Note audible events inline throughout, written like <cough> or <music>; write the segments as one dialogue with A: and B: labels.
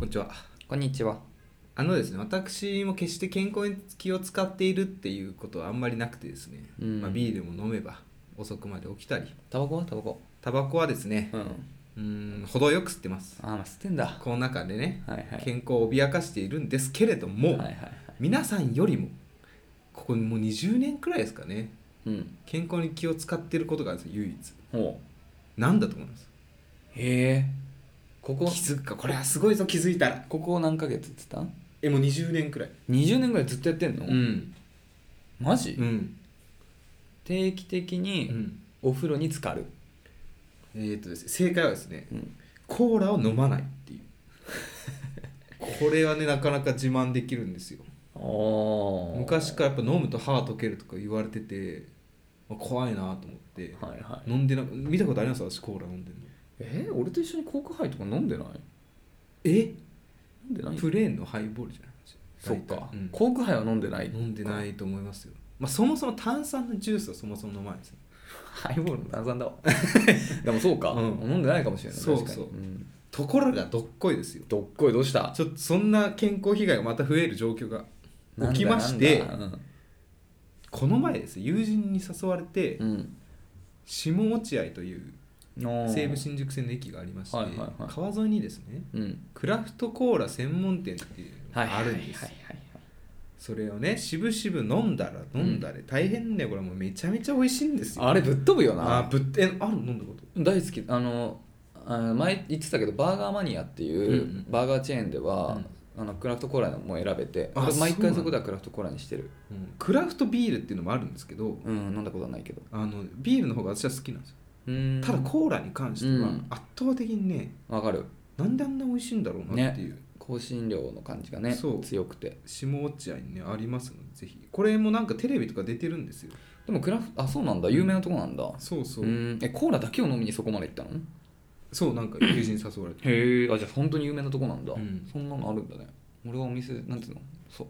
A: んにちは
B: こんにちは。
A: あのですね私も決して健康に気を使っているっていうことはあんまりなくてですね、
B: うん
A: まあ、ビールも飲めば遅くまで起きたり
B: タバコはタバコ。
A: タバコはですね
B: うん。
A: うーん程よく吸ってます
B: あー、まあ、吸ってんだ。は
A: この中でね、
B: いはい。
A: 健康を脅かしているんですけれども、
B: はいはいはい。
A: 皆さんよりもここもう20年くらいですかね
B: うん。
A: 健康に気を使ってることがあるんですよ唯一
B: ほ
A: 何だと思います
B: う。へえ。ここ、
A: 気づくかこれはすごいぞ気づいたら
B: ここ何ヶ月って言っ
A: えもう20年くらい
B: た ?20 年ぐらいずっとやってんの、
A: ん
B: マジ、
A: うん、
B: 定期的
A: う
B: に
A: ん、
B: お風呂に浸かる。
A: えーっとですね正解はですね
B: うん。
A: コーラを飲まないっていうこれはねなかなか自慢できるんですよ
B: おー
A: 昔からやっぱ飲むと歯溶けるとか言われてて、まあ怖いなと思って
B: はいはい。
A: 飲んでな見たことあります私コーラ飲んでるの
B: えー、俺と一緒にコークハイとか飲んでない
A: え
B: 飲んでない
A: プレーンのハイボールじゃない
B: そっか、
A: うん
B: コークハイは飲んでない。
A: 飲んでないと思いますよ、まあ、そもそも炭酸のジュースはそもそも飲まないですよ
B: ハイボールの炭酸だわ。 <laughs> でもそうか、
A: うん
B: 飲んでないかもしれない。
A: そう
B: 確かに
A: そうんところがどっこいですよ
B: どっこいどうした
A: ちょっとそんな健康被害がまた増える状況が
B: なんだ
A: 起きまして
B: なんだ
A: この前ですね友人に誘われて
B: うん
A: 下落合という
B: うん
A: 西武新宿線の駅がありまして
B: はいはいはい
A: 川沿いにですね
B: うん
A: クラフトコーラ専門店っていうのがあるんです
B: はい
A: よ
B: はいはいはい
A: それをね渋々飲んだら飲んだで大変ねこれもうめちゃめちゃ美味しいんですよ
B: あれぶっ飛ぶよな
A: あーぶっえある飲んだこと
B: 大好きあのあの前言ってたけどバーガーマニアっていう
A: うんうん
B: バーガーチェーンでは、あのクラフトコーラも選べて
A: あ
B: 俺毎
A: そうなん
B: 回
A: だ
B: そこではクラフトコーラにしてる
A: うんクラフトビールっていうのもあるんですけど
B: うん飲んだことはないけど
A: あのビールの方が私は好きなんですよ
B: うん
A: ただコーラに関して
B: う
A: は
B: ん
A: 圧倒的にね
B: わかる
A: なんであんな美味しいんだろうなっていう、
B: 香辛料の感じがね
A: そう
B: 強くて
A: 下落合にねありますのでぜひこれもなんかテレビとか出てるんですよ
B: でもクラフトあそうなんだ有名なとこなんだ
A: そうそう、
B: うんえコーラだけを飲みにそこまで行ったの
A: そうなんか友人に誘われて
B: へえあじゃあ本当に有名なとこなんだ、
A: うん
B: そんなのあるんだね俺はお店なんていうのそう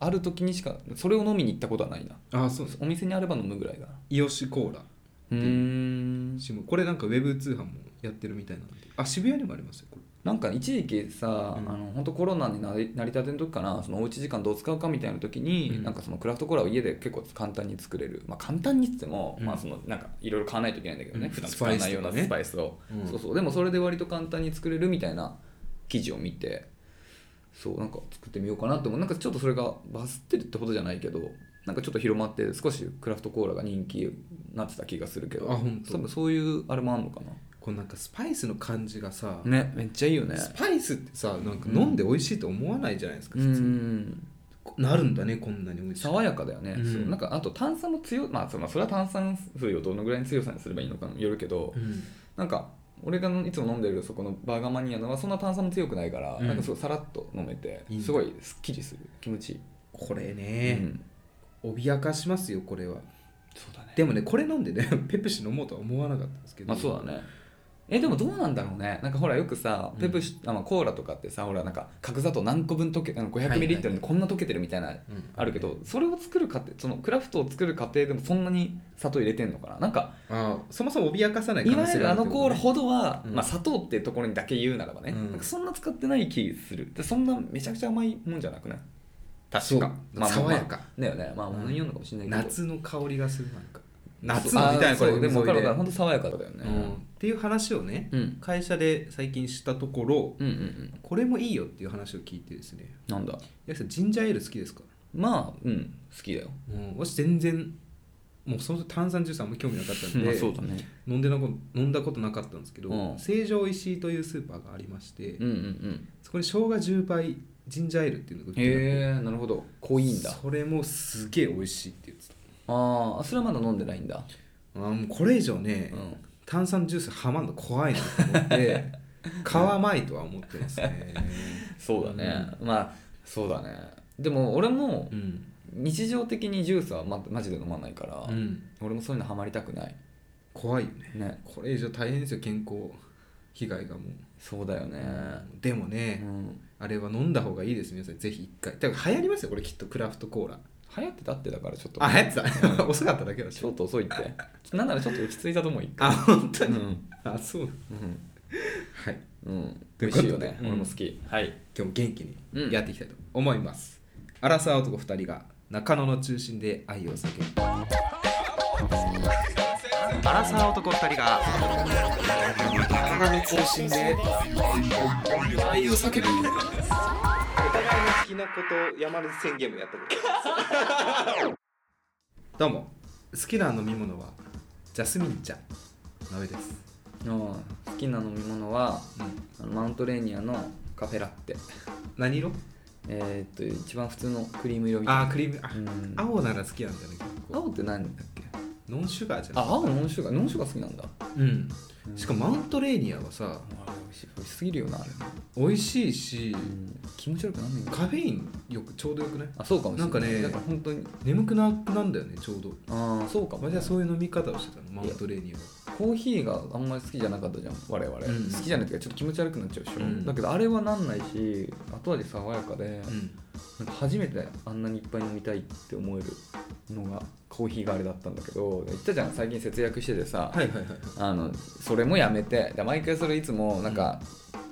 B: ある時にしかそれを飲みに行ったことはないな
A: ああそうそう
B: お店にあれば飲むぐらいだな
A: イオシコーラ
B: うーん
A: 下これなんかウェブ通販もやってるみたいなのであ渋谷にもありますよこれ
B: なんか一時期さ、
A: うん
B: あの本当コロナになりなりたての時かなそのおうち時間どう使うかみたいな時に、
A: うん
B: なんかそのクラフトコーラを家で結構簡単に作れる、まあ、簡単にっつっても、
A: うん
B: まあそのなんかいろいろ買わないといけないんだけどね、
A: うん
B: 普段使わないようなス
A: ス
B: パイスを
A: うん
B: そうそうでもそれで割と簡単に作れるみたいな記事を見てそうなんか作ってみようかなって思うなんかちょっとそれがバズってるってほどじゃないけどなんかちょっと広まって少しクラフトコーラが人気になってた気がするけど
A: あほんと
B: 多分そういうあれもあんのか
A: このなんかスパイスの感じがさ、
B: なねめっちゃいいよね
A: スパイスってさなんか飲んで美味しいと思わないじゃないですか、
B: う
A: 普通
B: ん
A: なるんだねこんなに美味しい
B: 爽やかだよね、
A: うん
B: そうなんかあと炭酸も強いまあそのそれは炭酸水をどのぐらいの強さにすればいいのかによるけど、
A: うん
B: なんか俺がいつも飲んでるそこのバーガーマニアのはそんな炭酸も強くないから、
A: うん
B: なんかすごいさらっと飲めて
A: いいね
B: すごいすっきりする気持ちいい、
A: これね、
B: ん、
A: 脅かしますよこれは
B: そうだね
A: でもねこれ飲んでね <laughs> ペプシ飲もうとは思わなかったんですけど
B: まあそうだねえでもどうなんだろうねなんかほらよくさ
A: うん
B: ペプシ、あまあコーラとかってさほらなんか角砂糖何個分溶けあの500ミリリットルでこんな溶けてるみたいな、
A: うん
B: あるけどそれを作る過程そのクラフトを作る過程でもそんなに砂糖入れてんのかななんか
A: あーそもそも脅かさない
B: いわゆるあのコーラ
A: ほ
B: ほどは、
A: うん
B: まあ、砂糖ってところにだけ言うならばね、
A: うん
B: なんかそんな使ってない気するでそんなめちゃくちゃ甘いもんじゃなくない
A: そう
B: まあ、
A: 爽やか、
B: まあだよねまあ物によるのかもしれないけど、
A: 夏の香りがするなんか夏
B: 夏
A: みたいなこれ
B: でも
A: それで
B: 分かる分かる本当爽やかだよね、
A: うんっていう話をね、
B: うん、うん
A: 会社で最近したところ
B: うんうん
A: これもいいよっていう話を聞いてですね
B: なんだ
A: やきさんジンジャーエール好きですか、
B: まあうん好きだよ
A: うん、私全然もうその炭酸ジュースあんま興味なかったんで、
B: <laughs> まあそうだね
A: 飲んでなこ飲んだことなかったんですけど、
B: うん
A: 成城石井というスーパーがありまして、
B: うんうんうん
A: そこに生姜10倍ジンジャーエールっていうのが売ってる
B: へえなるほど濃いんだ
A: それもすげえ美味しいって言ってた
B: ああそれはまだ飲んでないんだ、
A: あーもうこれ以上ね、
B: うん、
A: 炭酸ジュースはまんの怖いなと思って <laughs> 買わないとは思ってますね
B: そうだね、まあそうだねでも俺も
A: うん、
B: 日常的にジュースはまマジで飲まないから、
A: うん、
B: 俺もそういうのハマりたくない
A: 怖いよね
B: ね
A: これ以上大変ですよ健康被害がもう、
B: そうだよね
A: でも
B: う
A: ね、
B: ん
A: あれは飲んだ方がいいです皆さんぜひ一回だから流行りますよこれきっとクラフトコーラ
B: 流行ってたってだからちょっと
A: あ流行って <laughs> た遅かっただけだし
B: <laughs> ちょっと遅いってなんならちょっと落ち着いたと思う一回
A: あ本当
B: う
A: に、
B: ん
A: あそう
B: うん
A: はい
B: うん
A: と
B: 美
A: いう
B: 味
A: こと
B: しい
A: で
B: よね、
A: うん
B: 俺も好きはい
A: 今日も元気
B: うん
A: にやっていきたいと思います、アラサー男2人が中野の中心で愛を叫ぶ
B: アラサー男2人が
A: 中野の中心で愛を叫ぶお互いの好きなことを山根宣言もやったことどうも好きな飲み物はジャスミン茶鍋です、
B: 好きな飲み物は
A: うん、
B: あのマウントレーニアのカフェラッテ
A: 何色
B: えーっと一番普通のクリーム色みたいな
A: あークリームあ、
B: うん
A: 青なら好きなんだね結構
B: 青って何だっけ
A: ノンシュガーじゃな
B: あ
A: い
B: 青ノンシュガーノンシュガー好きなんだ
A: うん
B: うん
A: しかもマウントレーニアはさ
B: あれ美味しい美味しすぎるよなあれ、
A: 美味しいし
B: うん、気持ち悪くなんねん
A: カフェインよくちょうどよくない
B: あそうかもしれない
A: なんかね
B: だから本当に
A: 眠くなくなんだよねちょうど
B: ああそうかも
A: 私はそういう飲み方をしてたのマウントレーニアは
B: コーヒーがあんまり好きじゃなかったじゃん我々、
A: ん
B: 好きじゃないっていうかちょっと気持ち悪くなっちゃうでしょ、
A: うん
B: だけどあれはなんないし後味爽やかで、
A: うん
B: なんか初めてあんなにいっぱい飲みたいって思えるのがコーヒーがあれだったんだけど言ったじゃん最近節約しててさ、
A: はいはいはい
B: あのそれもやめてで毎回それいつもなんか、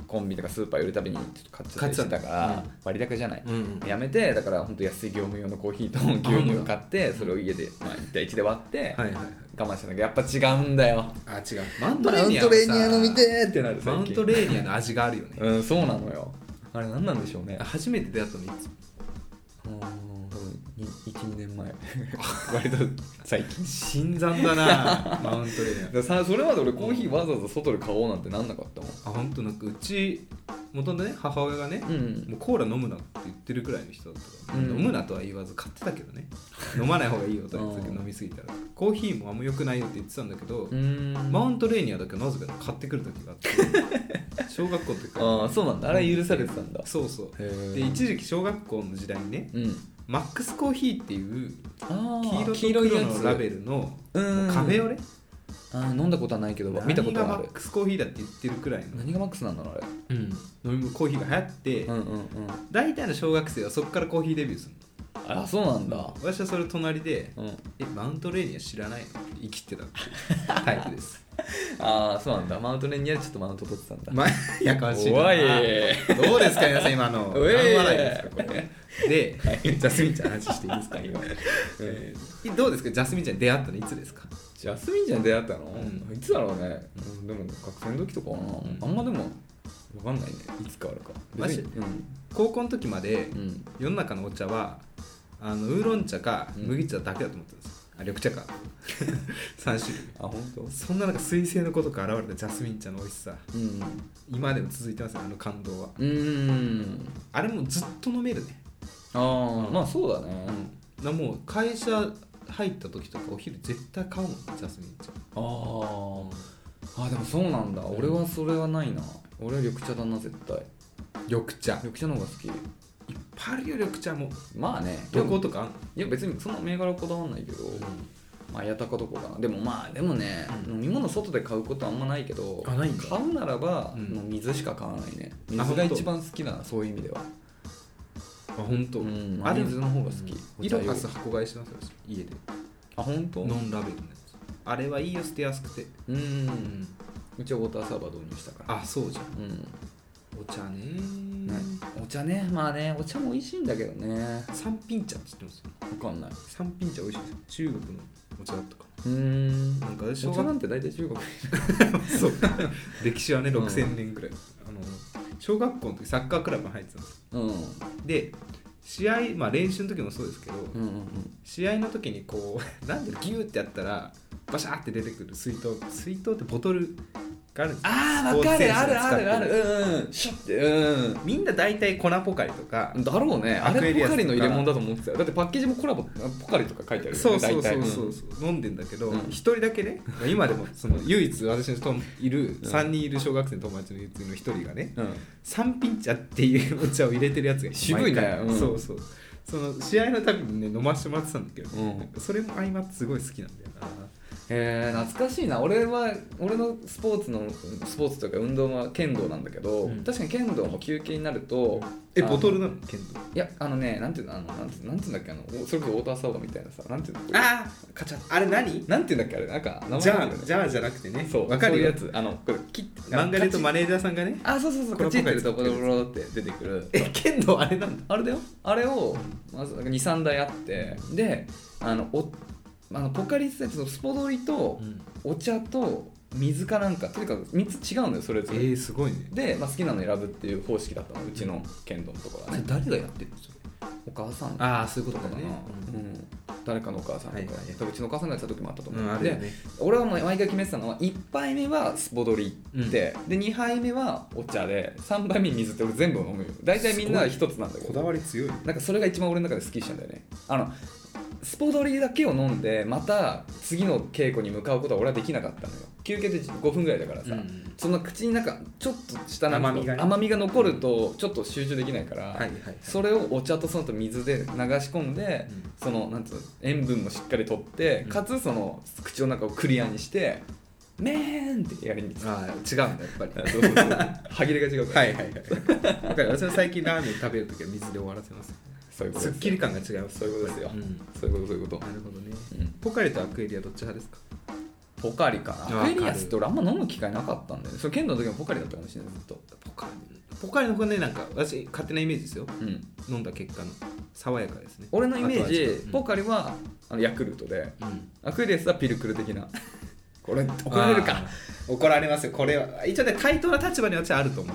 B: コンビとかスーパー寄るたびにちょっと買っちゃったりしてたから、
A: 買っちゃった
B: 割高じゃない、
A: うんうん
B: やめてだから本当安い業務用のコーヒーと牛乳を買ってそれを家で、まあ、1対1で割って、
A: はいはいはい
B: 我慢したんだけどやっぱ違うんだよ
A: あ違うマウント
B: マ
A: レー
B: ウン
A: ニア
B: ト
A: は
B: レー
A: さ
B: ニア飲みてーってなる
A: マウントレーニアの味があるよね
B: うんそうなのよあれ何なんでしょうね
A: 初めて出会ったのいつ
B: うん多分12年前 <laughs> 割と最近
A: 新参だ <laughs> なマウントレーニア
B: でさそれまで俺コーヒーわざわざ外で買おうなんてなんなかったもん
A: あ本当なんかうち元のね母親がね、
B: うん
A: もうコーラ飲むなって言ってるくらいの人だったから、
B: うん
A: 飲むなとは言わず買ってたけど
B: <laughs>
A: ね飲まない方がいいよとは言ってたけど
B: うん
A: 飲みすぎたらコーヒーもあんま良くないよって言ってたんだけど、
B: うん
A: マウントレーニアだけはなぜか買ってくる時があって小学校の時から
B: ああそうなんだあれ許されてたんだ
A: そうそう
B: へえ
A: で一時期小学校の時代にね
B: うん
A: マックスコーヒーっていう
B: あー
A: 黄色と黒
B: やつ
A: のラベルの
B: うん
A: カフェオレ
B: あー飲んだことはないけど見たこ
A: 何
B: と
A: が
B: はあ
A: マ
B: る
A: ックスコーヒーだって言ってるくらいの、
B: 何がマックスなんだろうあれ
A: うん飲み物コーヒーが流行って、
B: うんうんうん
A: 大体の小学生はそこからコーヒーデビューするの
B: あそうなんだ
A: 私はそれ隣で
B: うん
A: えマウントレーニア知らないのって生きてたっていうタイプです
B: ああそうなんだマウントレーニアでちょっとマウント取ってたん
A: <laughs>
B: だ
A: まやかましいな
B: 怖い
A: どうですか皆さん今 <laughs> の
B: うえい
A: 何笑いですかこれで、ジャスミンちゃんの話していいですか今、えー <laughs> どうですかジャスミンちゃんに出会ったのいつですか
B: ジャスミンちゃんに出会ったの、
A: うん
B: いつだろうね、うんでも学生の時とかかな、
A: ん
B: あんまでも分かんないねいつかあるか
A: マジ
B: 別に
A: 高校の時まで
B: うん、うん、
A: 世の中のお茶はあのウーロン茶か
B: うん
A: 麦茶だけだと思ってたんですよあ緑茶か <laughs> 3種類
B: あ本当
A: そんな中彗星のごとく現れたジャスミン茶の美味しさ
B: うん
A: 今でも続いてますよあの感動は
B: うーん
A: あれもずっと飲めるね
B: ああ、まあそうだね、
A: なもう会社入った時とかお昼絶対買うもんジャスミン茶
B: あーあでもそうなんだ、俺はそれはないな俺は緑茶だな絶対
A: 緑茶いっ
B: 緑茶の方が好き
A: ぱいあるよ緑茶も
B: まあね
A: どこととかあんの
B: いや別にそんな銘柄こだわんないけど、まあ、八高とこかなでもまあでもね、
A: うん
B: 飲み物外で買うことはあんまないけど
A: あないんだ
B: 買うならば、
A: うん
B: もう水しか買わないね
A: あ
B: 水が
A: 本当
B: 一番好きなそういう意味では
A: あ本当。
B: うん
A: あれ
B: 水の方が好き
A: イロハス箱買いしてますよ家で
B: あ本当
A: ノンラベルのやつあれはいいよ捨てやすくて
B: うん、
A: うん
B: うちはウォーターサーバー導入したから
A: あそうじゃん
B: うん、
A: お茶ね
B: ねお茶ねまあねお茶も美味しいんだけどね
A: 三品茶って知ってます
B: 分かんない
A: 三品茶美味しいですよ中国のお茶だったか
B: うーん
A: なんか小
B: お茶
A: 学
B: なんて大体中国
A: <laughs> そう <laughs> 歴史はね
B: うん
A: 6000年ぐらい、あの小学校の時サッカークラブに入ってたんですよ
B: うんうん
A: で試合まあ練習の時もそうですけど、
B: うん
A: 試合の時にこう <laughs> なんでギューってやったらバシャーって出てくる水筒水筒ってボトルがあるんですよ
B: ああ
A: スポ
B: 分
A: ー
B: か
A: ツ選
B: る
A: 手が使
B: あるあ
A: って
B: るあるうんうんシュッてうん
A: みんな大体粉ポカリとか、
B: だろうねあ
A: アクエ
B: れ
A: リ
B: ポ
A: アス
B: カ
A: とか
B: リの入れ物だと思ってたよだってパッケージもコラボポカリとか書いてあるよね
A: そうそうそ
B: 大
A: う
B: 体
A: そうそう、飲んでんだけど
B: うん
A: 一人だけねまあ今でもその唯一私のといる3人いる小学生の友達のうちの一人がね、
B: うんうん
A: 三品茶っていうお茶を入れてるやつが
B: 渋いね
A: 毎回
B: うん
A: そうそうその試合のたびにね飲ましてもらってたんだけど、
B: うん
A: それも相まってすごい好きなんだよな
B: えー、懐かしいな俺は俺のスポーツのスポーツというか運動は剣道なんだけど、
A: うん
B: 確かに剣道も休憩になると
A: え
B: あの
A: ボトルなの剣道
B: いやあのねなんていうのあのなんてなんていうんだっけあのおそれこそウォーターサーバーみたいなさなんていうの
A: ああカチャッ
C: あれ何
B: なんていうんだっけあれなんか名
A: じ
B: 前
A: ゃ
B: あ
A: あ
B: るよね
A: じゃあじゃなくてね
B: そう
A: わかるよ
B: そういうやつあのこれ切って
A: 漫画で言うとマ
B: ネ
A: ネージャーさんがね
B: あそうそうそう
A: こ
B: カ
A: れ
B: チッてるとボロボロって出てくる
A: え剣道あれなんだ
B: あれだよあれをまず23台あってであのおあのポカリスエットのスポドリとお茶と水かなんかとにかく3つ違うんだよそれぞ
A: え
B: れ、
A: ー、すごいね
B: で、まあ、好きなの選ぶっていう方式だったのうちの剣道のところはね
A: 誰がやってるんですよ
B: お母さん
A: ああそういうこと
B: とか
A: だ
B: な、
A: ね
B: うん、誰かのお母さんとか、
A: はいはい
B: 多分うちのお母さんがやってた時もあったと
A: う
B: 思
A: ん、
B: う、
A: うん、あるよ
B: で
A: ね
B: 俺はもう毎回決めてたのは1杯目はスポドリって、
A: うん
B: で2杯目はお茶で3杯目水って俺全部飲むよ大体みんな1つなんだけ
A: こ
B: ど
A: だわり強いね
B: なんかそれが一番俺の中で好きしたんだよねあのスポドリだけを飲んでまた次の稽古に向かうことは俺はできなかったのよ休憩で5分ぐらいだからさ、
A: うん
B: その口になんかちょっとしたなんか
A: 甘みがね
B: 甘みが残るとちょっと集中できないから、
A: はいはいはい
B: それをお茶とそのと水で流し込んで、
A: うん
B: そのなんつうの塩分もしっかりとって、
A: うん
B: かつその口の中をクリアにして「めーん!」ってやりに行く
A: ああ違うんだやっぱり
B: そうそうそう歯切れが違うから、
A: はいはいはいだから私は最近ラーメン食べるときは水で終わらせます
B: <laughs> そういうこと
A: すっ
B: です
A: きり感が違います
B: そういうことですよ、
A: うん
B: そういうことそういうこと、
A: なるほどね
B: うん
A: ポカリとアクエリアどっち派ですか
B: ポカリか
A: わ
B: な
A: か
B: ア
A: る
B: クエリアスって俺あんま飲む機会なかったんだよねそれ剣道の時もポカリだったかもしれないずっと
A: ポカリポカリの方ねなんか私勝手なイメージですよ
B: うん
A: 飲んだ結果の爽やかですね
B: 俺のイメージ、
A: あと
B: ポ
A: は
B: カリはあのヤクルトで
A: 違ううん
B: アクエリアスはピルクル的 <laughs> なこれ怒られるか
A: あー怒られますよこれは一応ね対等な立場には私はあると
B: <laughs>
A: 思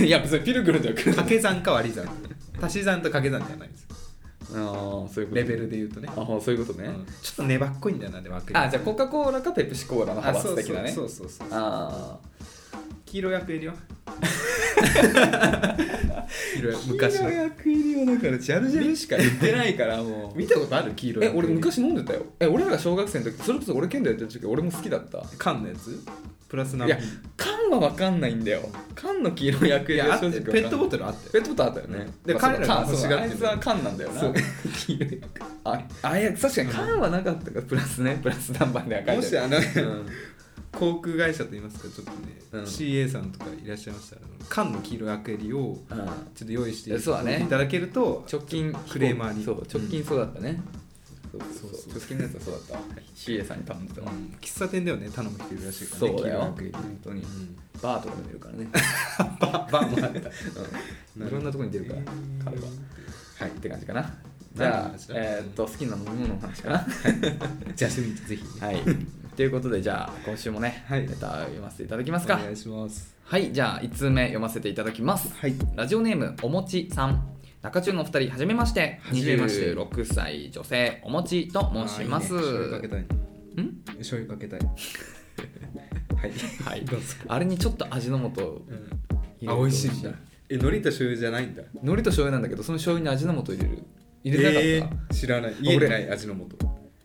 A: う
B: いや別にピルクルとヤクルト
A: 掛け算か割り算足し算と掛け算じゃないです
B: ああそういうこと
A: レベルで言うとね、
B: ああそういうことね、
A: うんちょっと粘っこいんだよなで分け
B: あじゃあコカ・コーラかペプシコーラの派閥的なね
A: そうそうそうそう
B: あ
A: 黄色いアクエ
B: <laughs>
A: リアは黄色い
B: あ
A: 昔の
B: 役入りはだからジャルジャルしか言ってないからも
A: 見たことある黄色い
B: え
A: アクエリ
B: 俺昔飲んでたよえ俺らが小学生の時それこそ俺剣道やってる時俺も好きだった
A: 缶のやつプラスナ
B: いや缶は分かんないんだよ缶の黄色い薬
A: い
B: 液
A: や
B: は
A: あって
B: 正直
A: ペ
B: 分かんな
A: ッ
B: い
A: トボトルあって
B: ペットボトルあったよね、
A: で
B: まあ
A: 彼らが
B: そう
A: 欲し
B: 缶
A: が
B: あ
A: っ
B: い
A: てる
B: つは缶なんだよ
A: <laughs>
B: な
A: そう
B: ああいや確かに缶はなかったからプラスねプラス何番で赤い
A: もしあの、
B: うん、
A: 航空会社といいますかちょっとね、
B: うん
A: CA さんとかいらっしゃいましたら缶の黄色いアクエリを
B: うん
A: ちょっと用意して
B: えそうだね
A: いただけると
B: 直近
A: クレーマーに
B: そう直近そうだったね、
A: そうそう
B: 直近のやつはそうだったわ CA さんに頼んでたわ、
A: うん喫茶店ではね頼む人いるらしいからね
B: そうだよ
A: 黄色いアクエリ
B: 本当に
A: うん
B: バーとかでもいるからね、
A: <laughs> ババーもあった
B: うん、いろんなとこに出るから
A: へー
B: 彼ははいって感じかなじ
A: 何の
B: ゃあ
A: 話だ
B: えーっと好きな飲み物の話かな
A: ジャスミンぜひね
B: はい。ということで、じゃあ、今週もね、
A: はい
B: レター読ませていただきます
A: お
B: か。
A: 願いします
B: はい、じゃあ、1通目読ませていただきます。
A: はい
B: ラジオネーム、おもちさん。中中のお二人、はじめまして。
A: はじめまして
B: 26歳女性、おもちと申します。
A: あーいいね醤油かけたい
B: ん
A: 醤油かけたいはい
B: はい
A: どうぞ
B: あれにちょっと味の素を入れると
A: あ美味しいんだえ海苔と醤油じゃないんだ
B: 海苔と醤油なんだけど、その醤油に味の素入れる。入れなかった。
A: えー知らない家にない味の素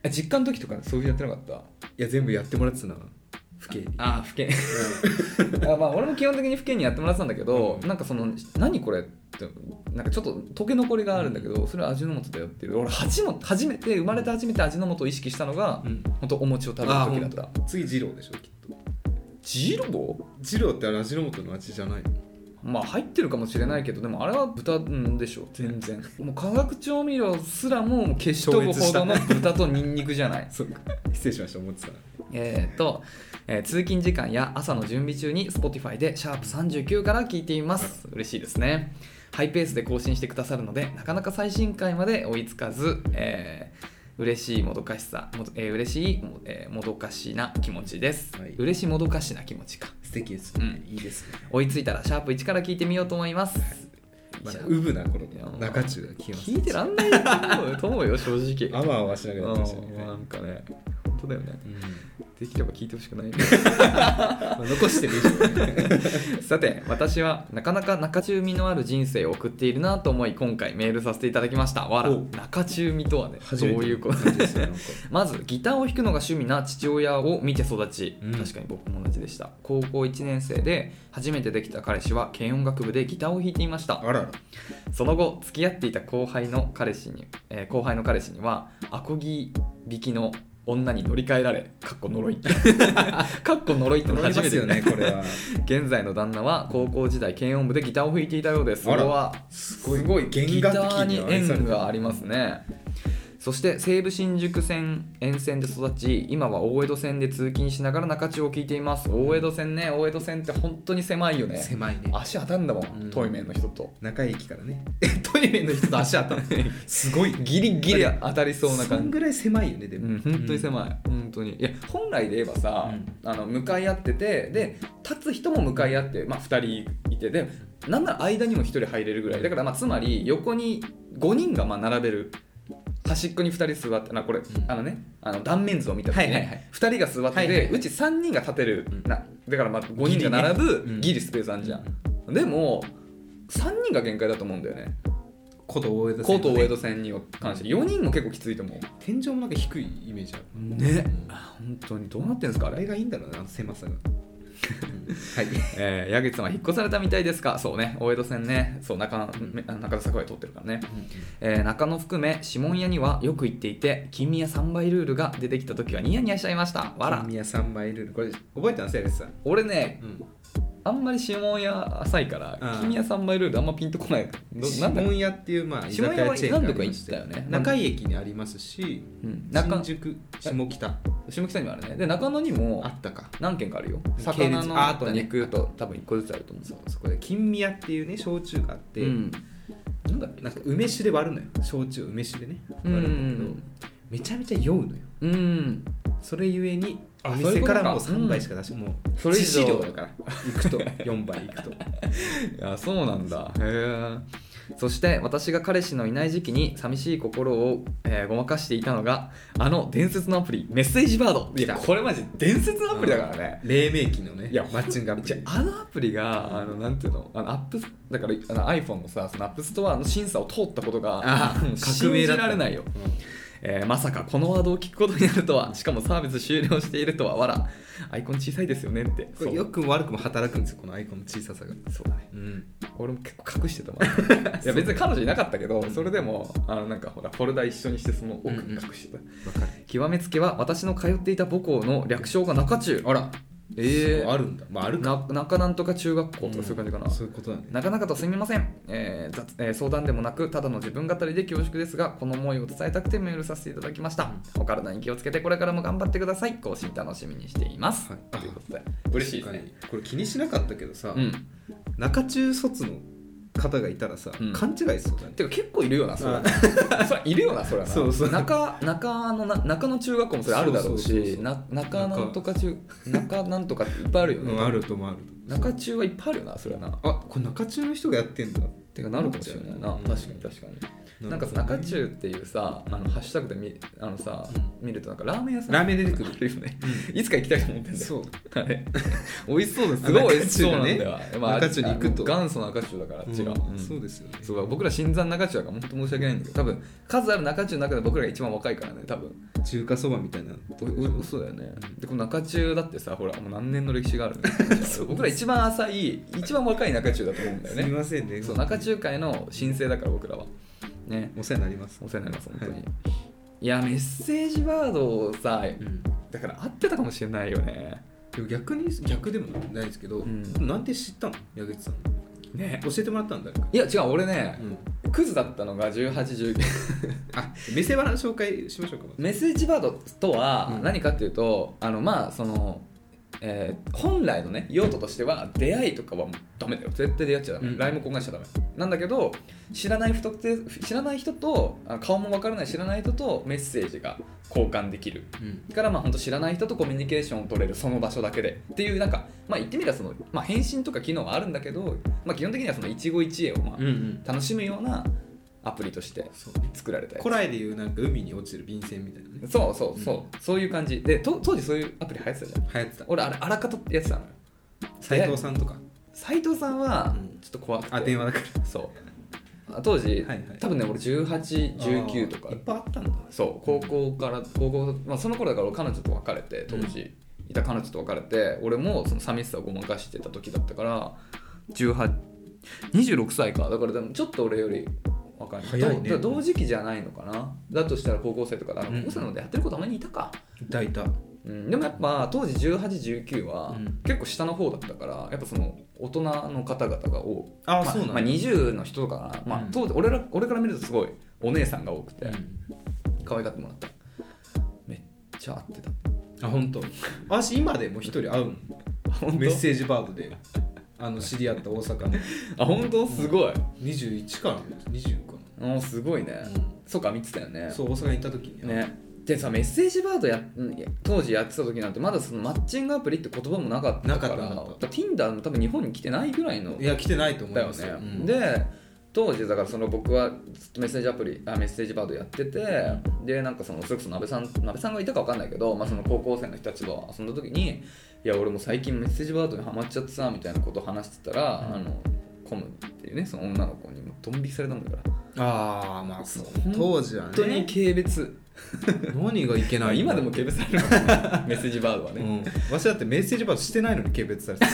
B: え実家の時とかそういうやってなかった
A: いや全部やってもらってたな不景に
B: ああ、不健。 <laughs> あまあ俺も基本的に父兄にやってもらってたんだけど、
A: う
B: なんかその何これってなんかちょっと溶け残りがあるんだけど、それは味の素だよっていう俺初も初めて生まれて初めて味の素を意識したのが、
A: うん
B: 本当お餅を食べる
A: あ
B: 時だ
A: 本
B: った
A: 当次二郎でしょきっと
B: ジロボ
A: 二郎ってあれ味の素の味じゃないの
B: まあ入ってるかもしれないけどでもあれは豚うんでしょ全然もう化学調味料すらももう消し飛ぶほどの豚とニンニクじゃない
A: そうか失礼しました思ってた
B: えー、と、えー通勤時間や朝の準備中に Spotify でシャープ3 9から聞いています嬉しいですねハイペースで更新してくださるのでなかなか最新回まで追いつかず、えー嬉しいもどかしさもど、えー嬉しいも,、えーもどかしな気持ちです、
A: はい
B: 嬉しいもどかしな気持ちか
A: 素敵です
B: ね
A: いいですね
B: 追いついたらシャープ1から聞いてみようと思います、
A: ま
B: い
A: だ
B: や
A: ウブな頃
B: いや
A: の中中が来ます
B: 聞いてらんないと思うと思うよ正直
A: <laughs> あわあわしながらやってました
B: うん
A: ね
B: な、んかね本当だよねできれば聞いてほしくない <laughs> ね
A: まあ残してる以上ね
B: さて私はなかなか中中味のある人生を送っているなと思い今回メールさせていただきましたわら
A: お
B: 中中味とはね
A: 初
B: ど
A: め
B: う
A: て
B: いうこと
A: 感じですねなんか
B: <laughs> まずギターを弾くのが趣味な父親を見て育ち、
A: うん
B: 確かに僕も同じでした高校1年生で初めてできた彼氏は軽音楽部でギターを弾いていまし
A: <laughs>
B: た
A: あらら
B: その後付き合っていた後輩の彼氏に、えー後輩の彼氏にはアコギ弾きの女に乗り換えられかっ
A: <laughs>
B: こ呪いかっこ呪いっての
A: 呪い
B: 初
A: ま
B: め
A: す
B: て
A: よねこれは
B: 現在の旦那は高校時代軽音部でギターを弾いていたようです
A: あ
B: そ
A: ら
B: れは
A: すごい弦
B: ギタ
A: 楽器
B: ーに
A: に愛されてる
B: 縁がありますねそして西武新宿線沿線で育ち今は大江戸線で通勤しながら中中を聞いています大江戸線ね大江戸線って本当に狭いよね
A: 狭いね
B: 足当たんだもん、
A: うん
B: トイメンの人と
A: 中井駅からね
B: トイメンの人と足当たる
A: すごい
B: ギリギリ当たりそうな
A: そん
B: 感じ
A: ぐらい狭いよねで
B: う
A: も、
B: ん、本当に狭い、本当にいや本来で言えばさ、
A: う
B: あの向かい合っててで立つ人も向かい合って、まあ、2人いてでなんなら間にも1人入れるぐらいだから、まあ、つまり横に5人がまあ並べる端っこに2人座ってなこれ、あのねあの断面図を見た時ね、
A: はいはいはい
B: 2人が座ってて、
A: はいはいはいう
B: ち3人が立てる、
A: うん
B: なだからまあ5人が並ぶ
A: ギリねうん
B: ギリスペースあんじゃん、でも3人が限界だと思うんだよね
A: 古都大江戸
B: コート大江戸
A: 戸
B: 線に関して4人も結構きついと思う
A: 天井もなんか低いイメージある
B: ね本当にどうなってんですかあ
A: あれ
B: れ、
A: がいいんだろうなあの狭さが、うんはい
B: えー、矢口さんは引っ越されたみたいですかそうね大江戸線ねそう中野めあ中田栄通ってるからね、えー中野含め指紋屋にはよく行っていて金宮3倍ルールが出てきた時はニヤニヤしちゃいましたわら
A: 金宮三枚ルールこれ覚えてますやれさん、
B: 俺ね
A: うん、
B: あんまり指紋屋浅いから
A: あー
B: 金宮3倍ルールあんまピンとこないどなん
A: 指
B: だ
A: 紋屋っていうまあ居
B: 指
A: 酒
B: 紋屋は
A: 屋チェーンがありまして
B: 何度か行ったよね
A: 中井駅にありますし
B: うん、中
A: 新宿下北
B: 下北にもあるねで中野にも
A: あったか
B: 何軒かあるよ
A: 系列
B: 魚
A: ああ
B: の
A: った
B: と
A: ね
B: 肉と多分1個ずつあると思う
A: そうそこで金宮っていうね焼酎があって、
B: うん、なんだっけ
A: なんか梅酒で割るのよ焼酎梅酒でね
B: うん
A: 割るんだけど、めちゃめちゃ酔うのよ
B: うん
A: それゆえに
B: あ
A: お
B: そうい
A: 店
B: うこ
A: か
B: とから
A: もう3杯しか出し、もう
B: それ以上
A: 致死量だから行くと4杯行く
B: <laughs>
A: と
B: いやそうなんだへえそして私が彼氏のいない時期に寂しい心を、えーごまかしていたのがあの伝説のアプリメッセージバードい
A: 来た
B: やこれマジ伝説のアプリだからね、
A: 黎明期のね
B: いや
A: マッチングアプ
B: じゃ
A: リ
B: あのアプリがあのなんていうのあのアップだからあの iPhone のさそのアップストアの審査を通ったことが
A: あー
B: うん信じられないよ、えーまさかこのワードを聞くことになるとはしかもサービス終了しているとはわらアイコン小さいですよねって
A: これ良くも悪くも働くんですよこのアイコンの小ささが
B: そうだね
A: うん
B: 俺も結構隠して <laughs> たもんいや別に彼女いなかったけどそれでもあのなんかほらフォルダ一緒にしてその奥に隠してた、
A: わかる
B: 極めつけは私の通っていた母校の略称が中中
A: あら
B: ええ
A: そうあるんだまああるか
B: な中なんとか中学校とかそういう感じかな、
A: んそういうことだね
B: なかなかとすみません、えー雑えー相談でもなくただの自分語りで恐縮ですがこの思いを伝えたくてメールさせていただきましたお体に気をつけてこれからも頑張ってください更新楽しみにしています、
A: はい
B: ということで嬉しいですね
A: これ気にしなかったけどさ、
B: うん
A: 中中卒の方がいたらさ、
B: うん
A: 勘違いしそうだね
B: てか結構いるよなそれ
A: あ
B: それいるよなそれはな
A: そうそう
B: 中中のな中野中学校もそれあるだろう
A: そうそうそう
B: し
A: そう
B: な中なんとか中中なんとかっていっぱいあるよね、
A: うんあるともある
B: 中中はいっぱいあるよなそれはな
A: とあこれ中中の人がやってんだ
B: てかなるかもしれないな、
A: うん
B: 確かに確かになんかさ中中っていうさあのハッシュタグで見あのさ、見るとなんかラーメン屋さん
A: ラーメン出てくる
B: るよね、 <laughs> いつか行きたいと思ってんだよ
A: そう
B: <laughs> あれ美味しそうですすごい美味しそうなんだよ、
A: 中中がね
B: まあ
A: 中中に行くと
B: 元祖の中中だから違う、
A: ん
B: ん
A: そうですよね
B: そうか僕ら新参中中だから本当申し訳ないんだけど多分数ある中中の中で僕らが一番若いからね多分
A: 中華そばみたいな
B: おおそうだよねでこの中中だってさほらもう何年の歴史があるね
A: <laughs>
B: 僕ら一番浅い一番若い中中だと思うんだよ
A: すみ
B: ね
A: ませんね
B: そう中中会の申請だから僕らはね
A: お世話になります
B: お世話になります本当に、
A: はい
B: い、やメッセージワードをさ
A: うん
B: だから合ってたかもしれないよね
A: でも逆に逆でもないですけど、
B: うん
A: なんで知ったの矢口さん
B: ね
A: 教えてもらったんだ誰か、
B: いや違う俺ね
A: う、ん、
B: クズだったのが1819
A: あ店番の紹介しましょうかまず
B: メッセージバードとは
A: うん
B: 何かっていうと、あのまあその、えー本来のね用途としては出会いとかはもうダメだよ絶対出会っちゃダメ、
A: うん
B: LINE も交換しちゃダメなんだけど知らない不特定知らない人とあ顔もわからない知らない人とメッセージが交換できる
A: うん
B: だからまあ本当知らない人とコミュニケーションを取れるその場所だけでっていうなんかまあ言ってみればその、まあ、返信とか機能はあるんだけど、まあ、基本的にはその一期一会をま
A: うんうん
B: あ楽しむようなアプリとして
A: そうね
B: 作られたやつ
A: 古来でいうなんか海に落ちる便箋みたいなね
B: そうそうそう、そういう感じでと当時そういうアプリ流行ってたじゃん
A: 流行ってた
B: 俺あれあらかたってやってたのよ
A: 斉藤さんとか
B: 斎藤さんは
A: うん
B: ちょっと怖くて、
A: あ電話だから
B: そうあ当時、
A: はいはい
B: 多分ね俺1819と
A: あー
B: か
A: いっぱいあったんだ
B: そう高校から高校、まあ、その頃だから俺彼女と別れて当時いた彼女と別れて俺もその寂しさをごまかしてた時だったから18 26歳かだからでもちょっと俺よりわかんない
A: 早いね
B: と同時期じゃないのかなだとしたら高校生とかだ
A: うん
B: 高校生のでやってる子たまにいたか、
A: 抱いた
B: うん、でもやっぱ当時1819は
A: うん
B: 結構下の方だったからやっぱその大人の方々が多い
A: あ
B: ま
A: そうなん
B: まあ、20の人とかな、まあ
A: うん、
B: 当時俺ら俺から見るとすごいお姉さんが多くて、
A: うん
B: 可愛がってもらっためっちゃ合
A: <laughs>
B: ってた
A: あ本当。私今でも一人会うもんメッセージバードであの知り合った大阪の
B: あ本当すごい
A: 21かな20か
B: あすごいね、
A: うん
B: そうか見てたよね
A: なそう大阪に行った時に
B: ねでさメッセージバードやうんいや当時やってた時なんてまだそのマッチングアプリって言葉もなかったから
A: なかったなかった
B: Tinder も多分日本に来てないぐらいの
A: いや来てないと思
B: だ
A: い
B: よ
A: ます
B: ね
A: よ、うん
B: で当時だからその僕はずっとメッセージアプリあメッセージバードやってて、でなんかそのそれこそ鍋さん鍋さんがいたか分かんないけど、まあ、その高校生の人たちと遊んだ時に「いや俺も最近メッセージバードにハマっちゃってさ」みたいなことを話してたら、
A: うん
B: あのコムっていうねその女の子にもうドン引きされたもんだから
A: ああまあそう
B: そう
A: 当時はね
B: 本当に軽蔑、
A: 何がいけ
B: ま
A: な
B: あ
A: い
B: 今でも軽蔑される
A: <laughs>
B: かもメッセージバードは
A: う
B: ね、
A: んわしだってメッセージバードしてないのに軽蔑されて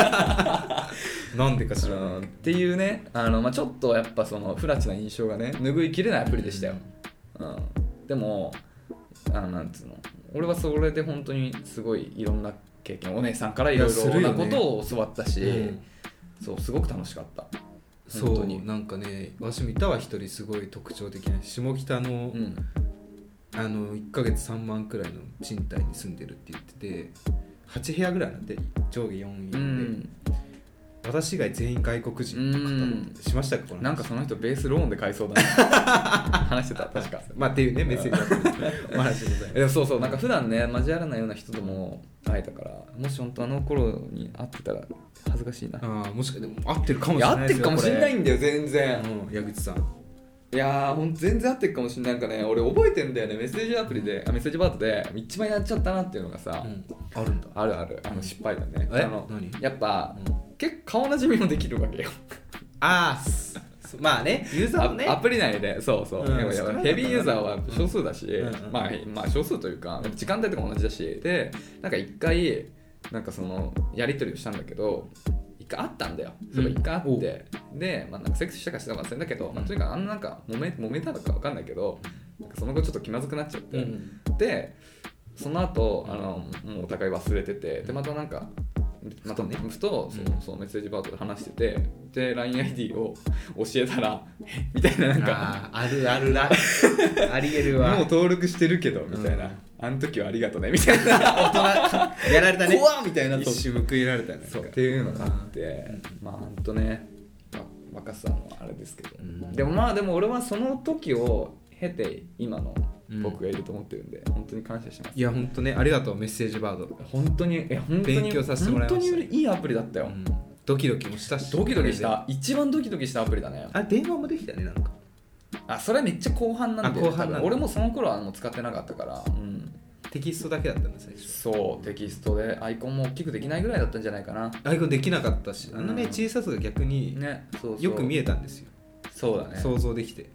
B: <laughs>
A: たなんでか知ら
B: う
A: なん
B: っ
A: い
B: ていうねあの、まあ、ちょっとやっぱその不埒な印象がね拭いきれないアプリでしたよ、うん、でもあのなんつうの俺はそれで本当にすごいいろんな経験お姉さんからいろい
A: いやす
B: ろ
A: るよ
B: な
A: ね
B: ことを教わったし、
A: うん
B: そうすごく楽しかった
A: そ
B: 本当
A: う
B: に
A: なんかねわし見たわ一人すごい特徴的な下北の、
B: うん
A: あの1ヶ月3万くらいの賃貸に住んでるって言ってて8部屋ぐらいなんで上下4人
B: う
A: で、
B: ん、
A: 私以外全員外国人の方ってしましたかこの話
B: なんかその人ベースローンで買いそ
A: <laughs>
B: うだな話してた確か
A: まあっていうねメッセージだったん
B: <laughs>
A: ですけどお話でございます
B: でもそうそうなんか普段ね交わらないような人とも会えたからもし本当あの頃に会ってたら恥ずかしいな
A: ああもしかでも合ってるかも
B: い
A: しれ
B: や
A: ない
B: 会っ
A: です
B: てる
A: よ
B: かもしれない
A: こ
B: んだよ全
A: れ
B: 然
A: うん矢口さん
B: いやーほんと全然合ってるかもしれないなんかね俺覚えてんだよねメッセージアプリであメッセージバードで一番やっちゃったなっていうのがさ、
A: うんあるんだ
B: あるあるあの失敗だね、
A: え
B: あの
A: 何
B: やっぱ、
A: う
B: 結構顔なじみもできるわけよ
A: ああまあねユーザーもね
B: アアプリ内でそうそう、
A: うん
B: でもやっ
A: 少ないか
B: ぱ
A: らね
B: ヘビーユーザーは少数だし、
A: うんうん
B: まあ、まあ少数というか時間帯とかも同じだしでなんか一回なんかそのやり取りをしたんだけど一回あったんだよそれ一回あって、で、まあ、なんかセックスしたかしたか忘れたけど、まあ、とにかくあんななんか揉め揉めたのか分かんないけどなんかその後ちょっと気まずくなっちゃって、
A: うん
B: でその後あのもうお互い忘れててでまたなんかまたねふとそううそうメッセージバードで話しててで LINEID を教えたら <laughs> 「えみたいななんか
A: あーあるある <laughs> らありえ
B: 「
A: るわ
B: もう登録してるけど」みたいな「
A: うん
B: あの時はありがとね」みたい
A: <laughs>
B: な
A: 大人やられたね
B: 怖っみたいなそう
A: 一瞬報いられたね
B: そうっていうのがあって、まあほんとねわ若さのあれですけど、
A: うん
B: でもまあでも俺はその時を経て今の僕がいると思ってるんで、本当に感謝してます
A: いやほんとねありがとうメッセージバード、
B: 本当にえ本当に
A: 勉強させてもらいました
B: 本当にいいアプリだったよ、
A: うんドキドキもしたし
B: ドキドキした一番ドキドキしたアプリだね
A: あ電話もできたねなんか
B: あそれはめっちゃ後半なんで
A: あ後半なんだ
B: 多分俺もその頃はもう使ってなかったから、うん、
A: テキストだけだったんだ最初
B: そうテキストでアイコンも大きくできないぐらいだったんじゃないかな
A: アイコンできなかったしあのね、
B: うん
A: 小ささが逆に
B: ねそうそう
A: よく見
B: え
A: えたんですよ、
B: そうだねそう
A: 想像できて、うん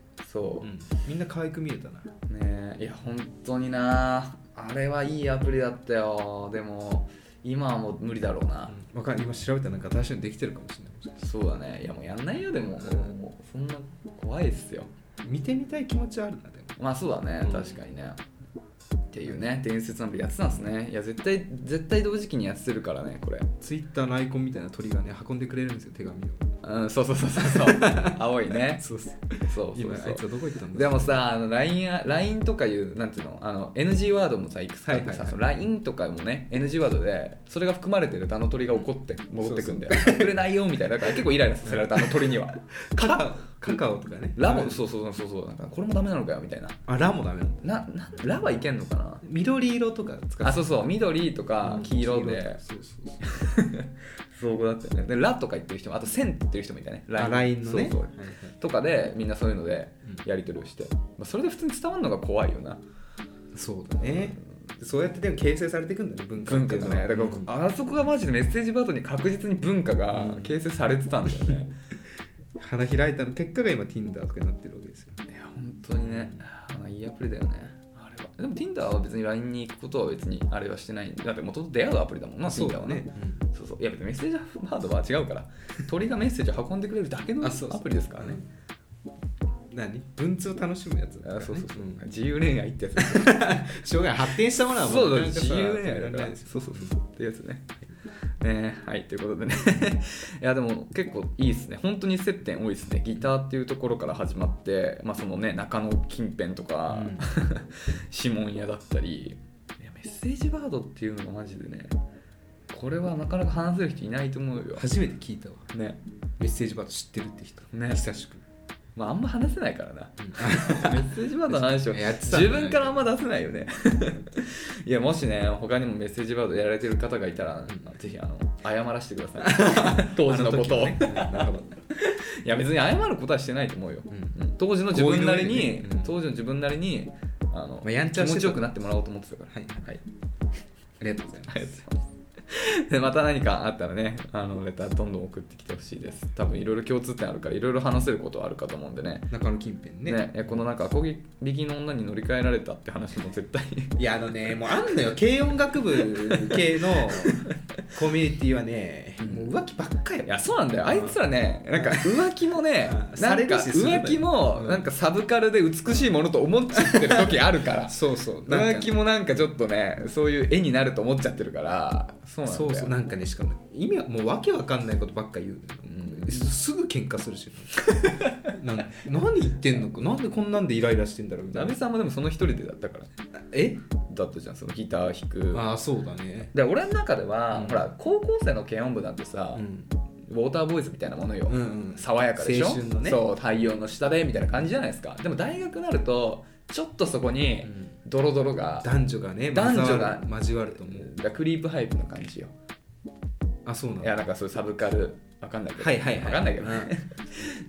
A: みんな可愛く見えたな
B: ねいや本当になあれはいいアプリだったよでも今はもう無理だろうな、
A: わかんない今調べたらなんか新しいのできてるかもしれないもしかし
B: そうだねいやもうやんないよでも、
A: うん
B: もうそんな怖いっすよ
A: て見てみたい気持ちはあるなでも
B: まあそうだね、
A: うん
B: 確かにねっていうね伝説のやってたんですねいや絶対絶対同時期にやってるからねこれ
A: ツイッターのアイコンみたいな鳥がね運んでくれるんですよ手紙を
B: うんそうそうそうそうそう
A: <laughs>
B: 青いね
A: そうそう
B: そうそ
A: 今
B: う
A: あいつ
B: そ
A: は
B: う
A: どこ行ったんだ
B: <laughs> でもさあの LINE, や LINE とかいうなんていうのあの NG ワードもさいくつかあって
A: はいはい
B: さ、
A: はい
B: その LINE とかもね NG ワードでそれが含まれてるあの鳥が怒って戻ってくんだよくれないよみたいなだから結構イライラさせられたあの鳥
A: <laughs>
B: には
A: カカオカカオとかね
B: ラもそうそうそうそうなんかこれもダメなのかよみたいな
A: あラもダメなんだ
B: ななラはいけんのかな
A: 緑色とか使って
B: あそうそう緑とか黄色で
A: そうそうそう
B: 造語だったよねで「ラ」とか言ってる人もあと「線」って言ってる人もいたね
A: あ LINE のね
B: そうそう
A: はいはい
B: とかでみんなそういうので
A: うん
B: やり取りをして、まあ、それで普通に伝わるのが怖いよな
A: そうだねそうやってでも形成されていくんだね文化
B: 文
A: って
B: 化
A: いう
B: が
A: のは
B: ねだから
A: うん
B: あそこがマジでメッセージバードに確実に文化が形成されてたんだよね、
A: 花開いたの結果が今 Tinder とかになってるわけですよ
B: いや本当にねあいいアプリだよねあれはでも Tinder は別に LINE に行くことは別にあれはしてないだって元々出会うアプリだもんな Tinder はねそうそういや別にメッセージ <laughs> バードは違うから鳥がメッセージを運んでくれるだけの
A: あそうそう
B: アプリですからね
A: 何文通を楽しむやつだ
B: あそうそうそう、
A: ん
B: 自由恋愛ってやつです
A: 障害発展したものは
B: そう
A: なか
B: だ
A: なかさ
B: 自由恋愛
A: や
B: だ
A: ら
B: か
A: な
B: ら
A: いですよ
B: そうそうそうそうってやつねねはいということでね <laughs> いやでも結構いいですね本当に接点多いですねギターっていうところから始まってまあそのね中野近辺とか、
A: うん
B: <laughs> 指紋屋だったりいやメッセージバードっていうのがマジでねこれはなかなか話せる人いないと思うよ
A: 初めて聞いたわ
B: ね
A: メッセージバード知ってるって人
B: ね
A: 久しく
B: まああんま話せないからな
A: うん
B: メッセージバードの話を
A: やってたんだ
B: 自分からあんま出せないよね <laughs> いやもしね他にもメッセージバードやられてる方がいたら、
A: う
B: ぜひあの謝らせてくだ
A: <laughs>
B: さい当時のことを、
A: あの時のね
B: なるほどいや別に謝ることはしてないと思うよ、
A: うん
B: うん当時の自分なり
A: こ
B: に、
A: ういうのねうん
B: 当時の自分なりにあの、
A: まあやんちゃは
B: 気
A: して
B: 持
A: た
B: ちよくなってもらおうと思ってたから
A: はい
B: はい
A: ありがとうございま
B: ありがとうございます。でまた何かあったらね、あのレターどんどん送ってきてほしいです。多分いろいろ共通点あるから、いろいろ話せることはあるかと思うんでね。
A: す中野近辺
B: ね
A: ね
B: いやこのなんか攻撃の女に乗り換えられたって話も絶対に
A: いやあのねもうあんのよ軽音楽部系
B: <laughs>
A: のコミュニティはねもう浮気ばっか
B: <laughs> い
A: り
B: やそうなんだよあいつらねなんか浮気もね
A: うん
B: な
A: さ
B: ん
A: れ
B: か
A: るしするんだよ
B: 浮気も
A: うん
B: なんかサブカルで美しいものと思っちゃってる時あるから
A: そうそうなん
B: 浮
A: か
B: 気もなんかちょっとねそういう絵になると思っちゃってるからそうなんだ
A: そ
B: よ
A: うそうなんかねしかも意味はもうわけわかんないことばっか言うのよ、
B: うん
A: すすぐ喧嘩するしなん何言ってんのかなんでこんなんでイライラしてんだろうみた
B: な
A: い
B: べ
A: な
B: さんもでもその一人でだったから
A: え
B: だったじゃんそのギター弾く
A: ああそうだね
B: で俺の中では、
A: うん
B: ほら高校生の軽音部なんてさ、
A: うん
B: ウォーターボーイズみたいなものよ、
A: うんうん
B: 爽やかでしょ
A: 青春のね
B: そう太陽の下でみたいな感じじゃないですかでも大学になるとちょっとそこ
A: う
B: に
A: ん
B: ドロドロが、
A: 男女がね
B: 男女が
A: 交わる交わると思う
B: だからクリープハイプの感じよ
A: あそうなん
B: い
A: だ
B: やなんかそういうサブカルわかんないけど、
A: はいはいはい
B: わかんないけど、ね <laughs> だか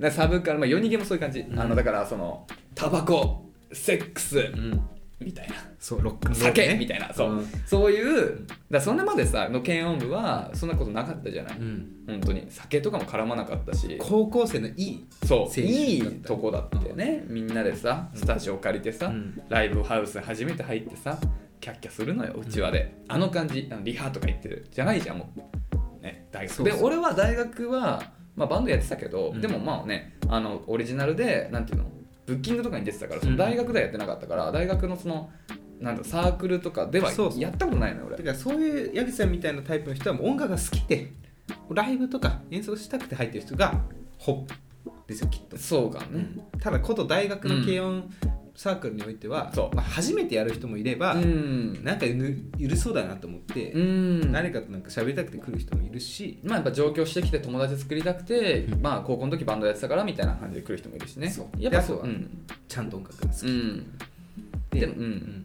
B: らサブカルまあ夜逃げもそういう感じ、
A: うん
B: あのだからそのタバコセックス
A: うん、うん
B: みたいな
A: そうロックンロールね
B: 酒みたいなそう、
A: うん
B: そういうだからそれまでさの軽音部はそんなことなかったじゃない、
A: うん
B: 本当に酒とかも絡まなかったし
A: 高校生のいい
B: そ
A: 青
B: う
A: 春だった
B: いいとこだってね、みんなでさスタジオ借りてさ、
A: うん
B: ライブハウス初めて入ってさキャッキャするのようちわで、あの感じあのリハとか言ってるじゃないじゃんもう、ね、大学
A: そうそう
B: で俺は大学は、まあ、バンドやってたけど、
A: うん
B: でもまあねあのオリジナルでなんていうのブッキングとかに出てたからその大学ではやってなかったから、大学のそのなんだサークルとかでは
A: そうそう
B: やったことないのよ
A: だか
B: 俺
A: らそういう矢口さんみたいなタイプの人はもう音楽が好きでライブとか演奏したくて入ってる人がホップですよきっと、
B: そうかね、
A: ただこと大学の軽音サークルにおいては、
B: うんそう
A: まあ、初めてやる人もいれば、
B: うん
A: なんかぬゆるそうだなと思って、
B: うん
A: 誰かとなんか喋りたくて来る人もいるし、
B: まあ、やっぱ上京してきて友達作りたくて、
A: うん
B: まあ、高校の時バンドやってたからみたいな感じで来る人もいるしね
A: そう
B: やっぱそう
A: であとは
B: ん
A: ちゃんと音楽が好き
B: う、ん
A: で
B: でもう
A: うんん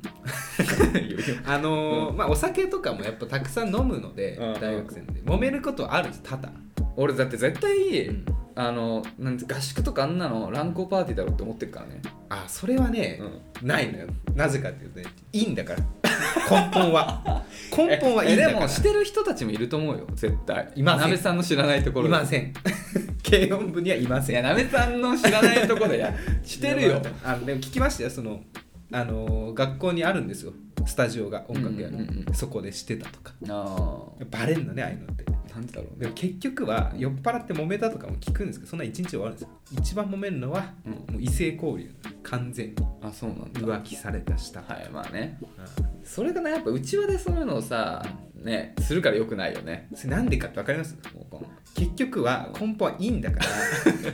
A: あのーまあ、お酒とかもやっぱたくさん飲むので、
B: うん
A: 大学生で揉めることはあるんです多々、
B: <laughs> 俺だって絶対、
A: うん
B: あのなんて合宿とかあんなの乱交パーティーだろうって思ってるからね
A: あそれはね、
B: う
A: ないのよなぜかっていうとねいいんだから根本
B: <laughs>
A: は根本はいいん
B: え
A: だ
B: で
A: か
B: も
A: ら
B: してる人たちもいると思うよ絶対
A: いません
B: なべさんの知らないところ
A: い
B: で
A: ません <laughs> 軽音部にはいませ
B: い
A: ん
B: やなべさんの知らないところで <laughs> やしてるよ
A: あのでも聞きましたよそのあのー学校にあるんですよスタジオが音楽やる、
B: うんうんうん
A: そこでしてたとか
B: あ
A: バレんのねああいうのって
B: あなんだろう
A: で
B: ね
A: も結局は酔っ払って揉めたとかも聞くんですけどそんな一日終わるんですよ一番揉めるのは、
B: うん
A: もう異性交流完全に
B: あそうなんだ
A: 浮気されたした、
B: はいまあね
A: うん
B: それがねやっぱうちわでそういうのをさねするからよくないよね
A: それなんでかって分かります
B: もうこの
A: 結局は根本はいいんだから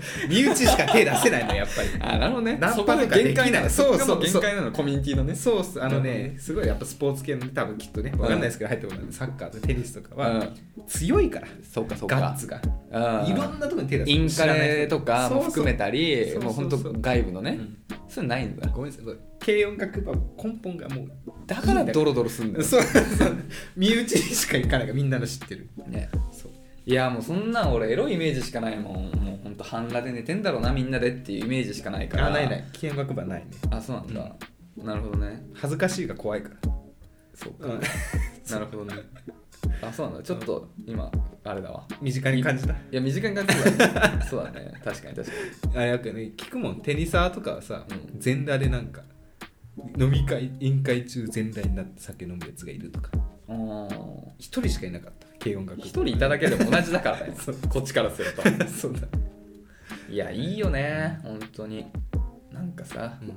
A: <laughs> 身内しか手出せないのやっぱり
B: あなるほどね
A: ナンパと
B: そこ
A: か
B: が
A: できない
B: 限界なの
A: そうそう
B: こがも限界なのコミュニティのね
A: そうっすあのねすごいやっぱスポーツ系のね多分きっとね分かんないですけど入ってこないサッカーとかテニスとか
B: う
A: は
B: ん
A: 強いから
B: そうかそうか
A: ガッツが
B: うん
A: いろんなとこに手出す
B: インカレとかも含めたり
A: そうそう
B: もう本当
A: そうそうそう
B: 外部のね
A: うん
B: それないんだ
A: ごめんなさい軽音楽部は根本がもう
B: だからドロドロすんだよ
A: そうそう身内にしか行かないからみんなの知ってる
B: ね
A: そう
B: いやもうそんなん俺エロいイメージしかないもんもう本当半裸で寝てんだろうなみんなでっていうイメージしかないから
A: あないない軽音楽部はないね
B: あそうなんだなるほどね
A: 恥ずかしいが怖いから
B: そうか
A: うん
B: なるほど
A: <laughs>
B: ねあそうなんだちょっと今あれだわ
A: 身近に感じた
B: いや短い感じ
A: <laughs>
B: だねそうだね確かに確かに
A: あれやっぱね聞くもんテニサーとかはさ
B: うん
A: 全裸でなんか飲み会委員会中全裸になって酒飲むやつがいるとか
B: うーん
A: 一人しかいなかった軽音楽部
B: 一人いただけでも同じだからね
A: <laughs> そう
B: こっちからすると
A: そうだ
B: いやいいよね本当になんかさ
A: うん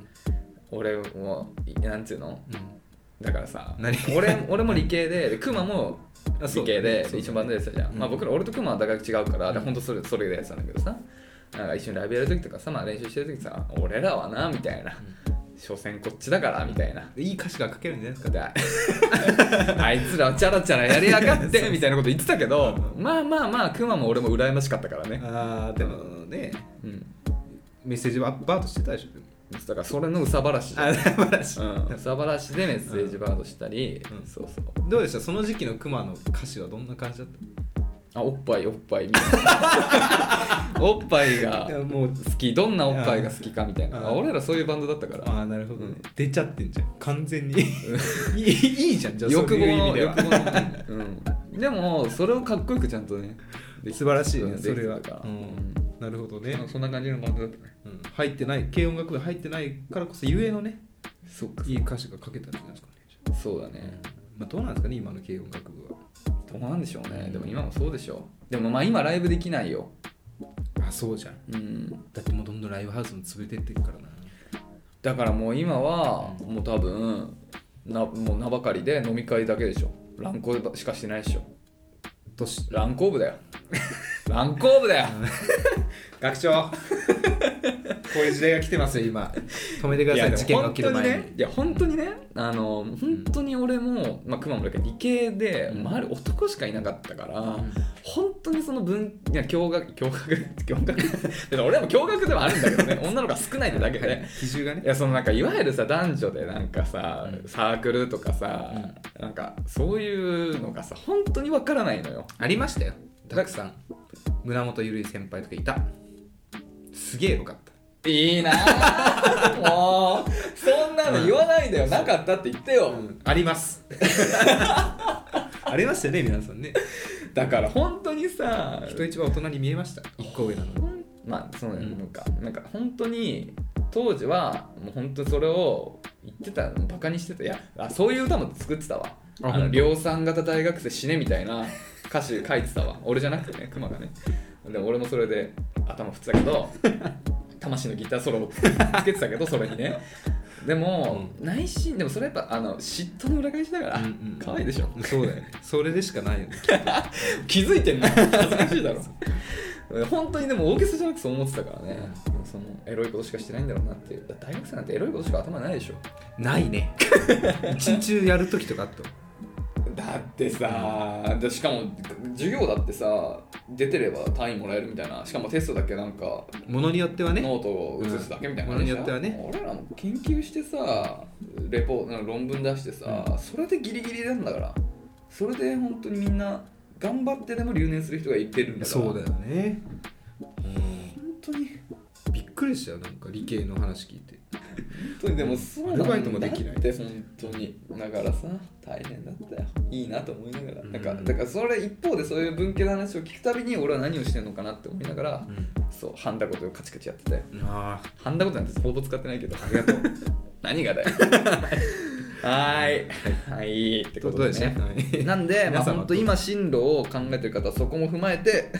B: 俺もいなんつうのだからさ
A: 何
B: 俺俺も理系ででクマも
A: あ
B: 理
A: そう
B: 系で
A: そう
B: 一緒にバンドやってたじゃん、
A: うん
B: まあ、僕ら俺とクマは大学違うから、で
A: うん
B: ほんとそれそれでやってたんだけどさなんか一緒にライブやる時とかさ、まあ、練習してる時さ俺らはなみたいな所詮こっちだからみたいな
A: うんいい歌詞が書けるんじゃないですか
B: であ <laughs> あいつらチャラチャラやりやがってみたいなこと言ってたけどまあまあまあクマも俺も羨ましかったからね
A: あーでもね
B: うん
A: メッセージはバートしてたでしょでも
B: だからそれの憂さ晴らしじゃん
A: あ素晴らしい
B: うん、サバラシでメッセージバードしたり、
A: うん
B: そうそう
A: どうでしたその時期のクマの歌詞はどんな感じだっ
B: あおっぱいおっぱ
A: <laughs>
B: いみたいなおっぱい
A: た
B: が
A: いやもう
B: 好きどんなおっぱいが好きかみたいな
A: うん
B: あ俺らそういうバンドだったから
A: ああなるほどね、
B: うん
A: 出ちゃってんじゃん完全にい <laughs> いいいじゃんじゃあ
B: 欲
A: そう
B: 望
A: いう意
B: の
A: 味では
B: 欲望の、うん、でもそれをかっこよくちゃんとねでき
A: 素晴らしいね
B: うん
A: それは
B: できてたから
A: う
B: うんん
A: なるほどね
B: なんか、そんな感じのバンドだったね
A: うん入ってない軽音楽部入ってないからこそゆえのね
B: そうか
A: いい歌詞が書けたんじゃないですかね
B: そうだね
A: まあ、どうなんですかね今の軽音楽部
B: どうなんでしょうねでも今もそうでしょうでもまあ今ライブできないよ
A: はあそうじゃん
B: うん
A: だってもうどんどんライブハウスも潰れてってるからな
B: だからもう今はもう多分なもう名ばかりで飲み会だけでしょ乱行しかしてないでしょ
A: どうし
B: 乱行部だよ乱行
A: <laughs>
B: 部だよ
A: 学長 <laughs> こういう時代が来てますよ今止めてください
B: いや
A: 事件が起きる前に
B: 本当ねいや本当にねあの本当に俺も、まあ、熊もだけど理系で周り男しかいなかったから、本当にその文いや共学共学 <laughs> 共学だから俺らも共学ではあるんだけど
A: <laughs>
B: ね女の子が少ないってだけで。
A: 比重がね
B: いやそのなんかいわゆるさ男女でなんかさ、サークルとかさ、なんかそういうのがさ本当にわからないのよ
A: ありましたよたくさん胸元ゆるい先輩とかいたすげえよかった
B: いいなあもうそんなの言わないでよ、なかったって言ってよ、
A: あります <laughs> ありましたよね皆さんね
B: だから本当にさ
A: 人一倍大人に見えました一個上なのに
B: ほんまあそうなのか、なんか本当に当時はもう本当にそれを言ってたのバカにしてたいやあそういう歌も作ってたわ
A: あ
B: あ
A: ほ
B: の
A: んと
B: 量産型大学生死ねみたいな歌詞書いてたわ俺じゃなくてねクマがねでも俺もそれで頭振ってたけ
A: <laughs>
B: ど魂のギターソロをつけてたけどそれにねでも、内心でもそれやっぱあの嫉妬の裏返しだから、
A: うんうん
B: 可愛いでしょ
A: そうだよねそれでしかないよね
B: 気づいてんの恥ずかしいだろ <laughs> 本当にでも大げさじゃなくそう思ってたからねそのエロいことしかしてないんだろうなっていうだって大学生なんてエロいことしか頭ないでしょ
A: <laughs> ないね一日中やる時とかあった
B: だってさでしかも授業だってさ出てれば単位もらえるみたいなしかもテストだけなんか
A: ものによってはね
B: ノートを写すだけみたいな
A: うん
B: 感じでしょ
A: ものによっては
B: 俺らも研究してさレポなんか論文出してさ、それでギリギリなんだからそれで本当にみんな頑張ってでも留年する人がいてるんだから
A: そうだよねうん
B: 本当に
A: びっくりしたよなんか理系の話聞いて
B: 本当にでもそうなんだ
A: アルバイトもできない
B: って本当にだからさ大変だったよいいなと思いながら
A: うん
B: なんかだからそれ一方でそういう文系の話を聞くたびに俺は何をしてるのかなって思いながらそうハンダことをカチカチやってたよ
A: あ
B: ハンダことなんてほぼ使ってないけどありがとう <laughs>
A: <laughs>
B: 何がだよはーいはいって
A: あ
B: こ
A: こととで
B: でね
A: すね <laughs> はい
B: なんで、まあ、
A: 皆様
B: 本当今進路を考えてる方はそこも踏まえて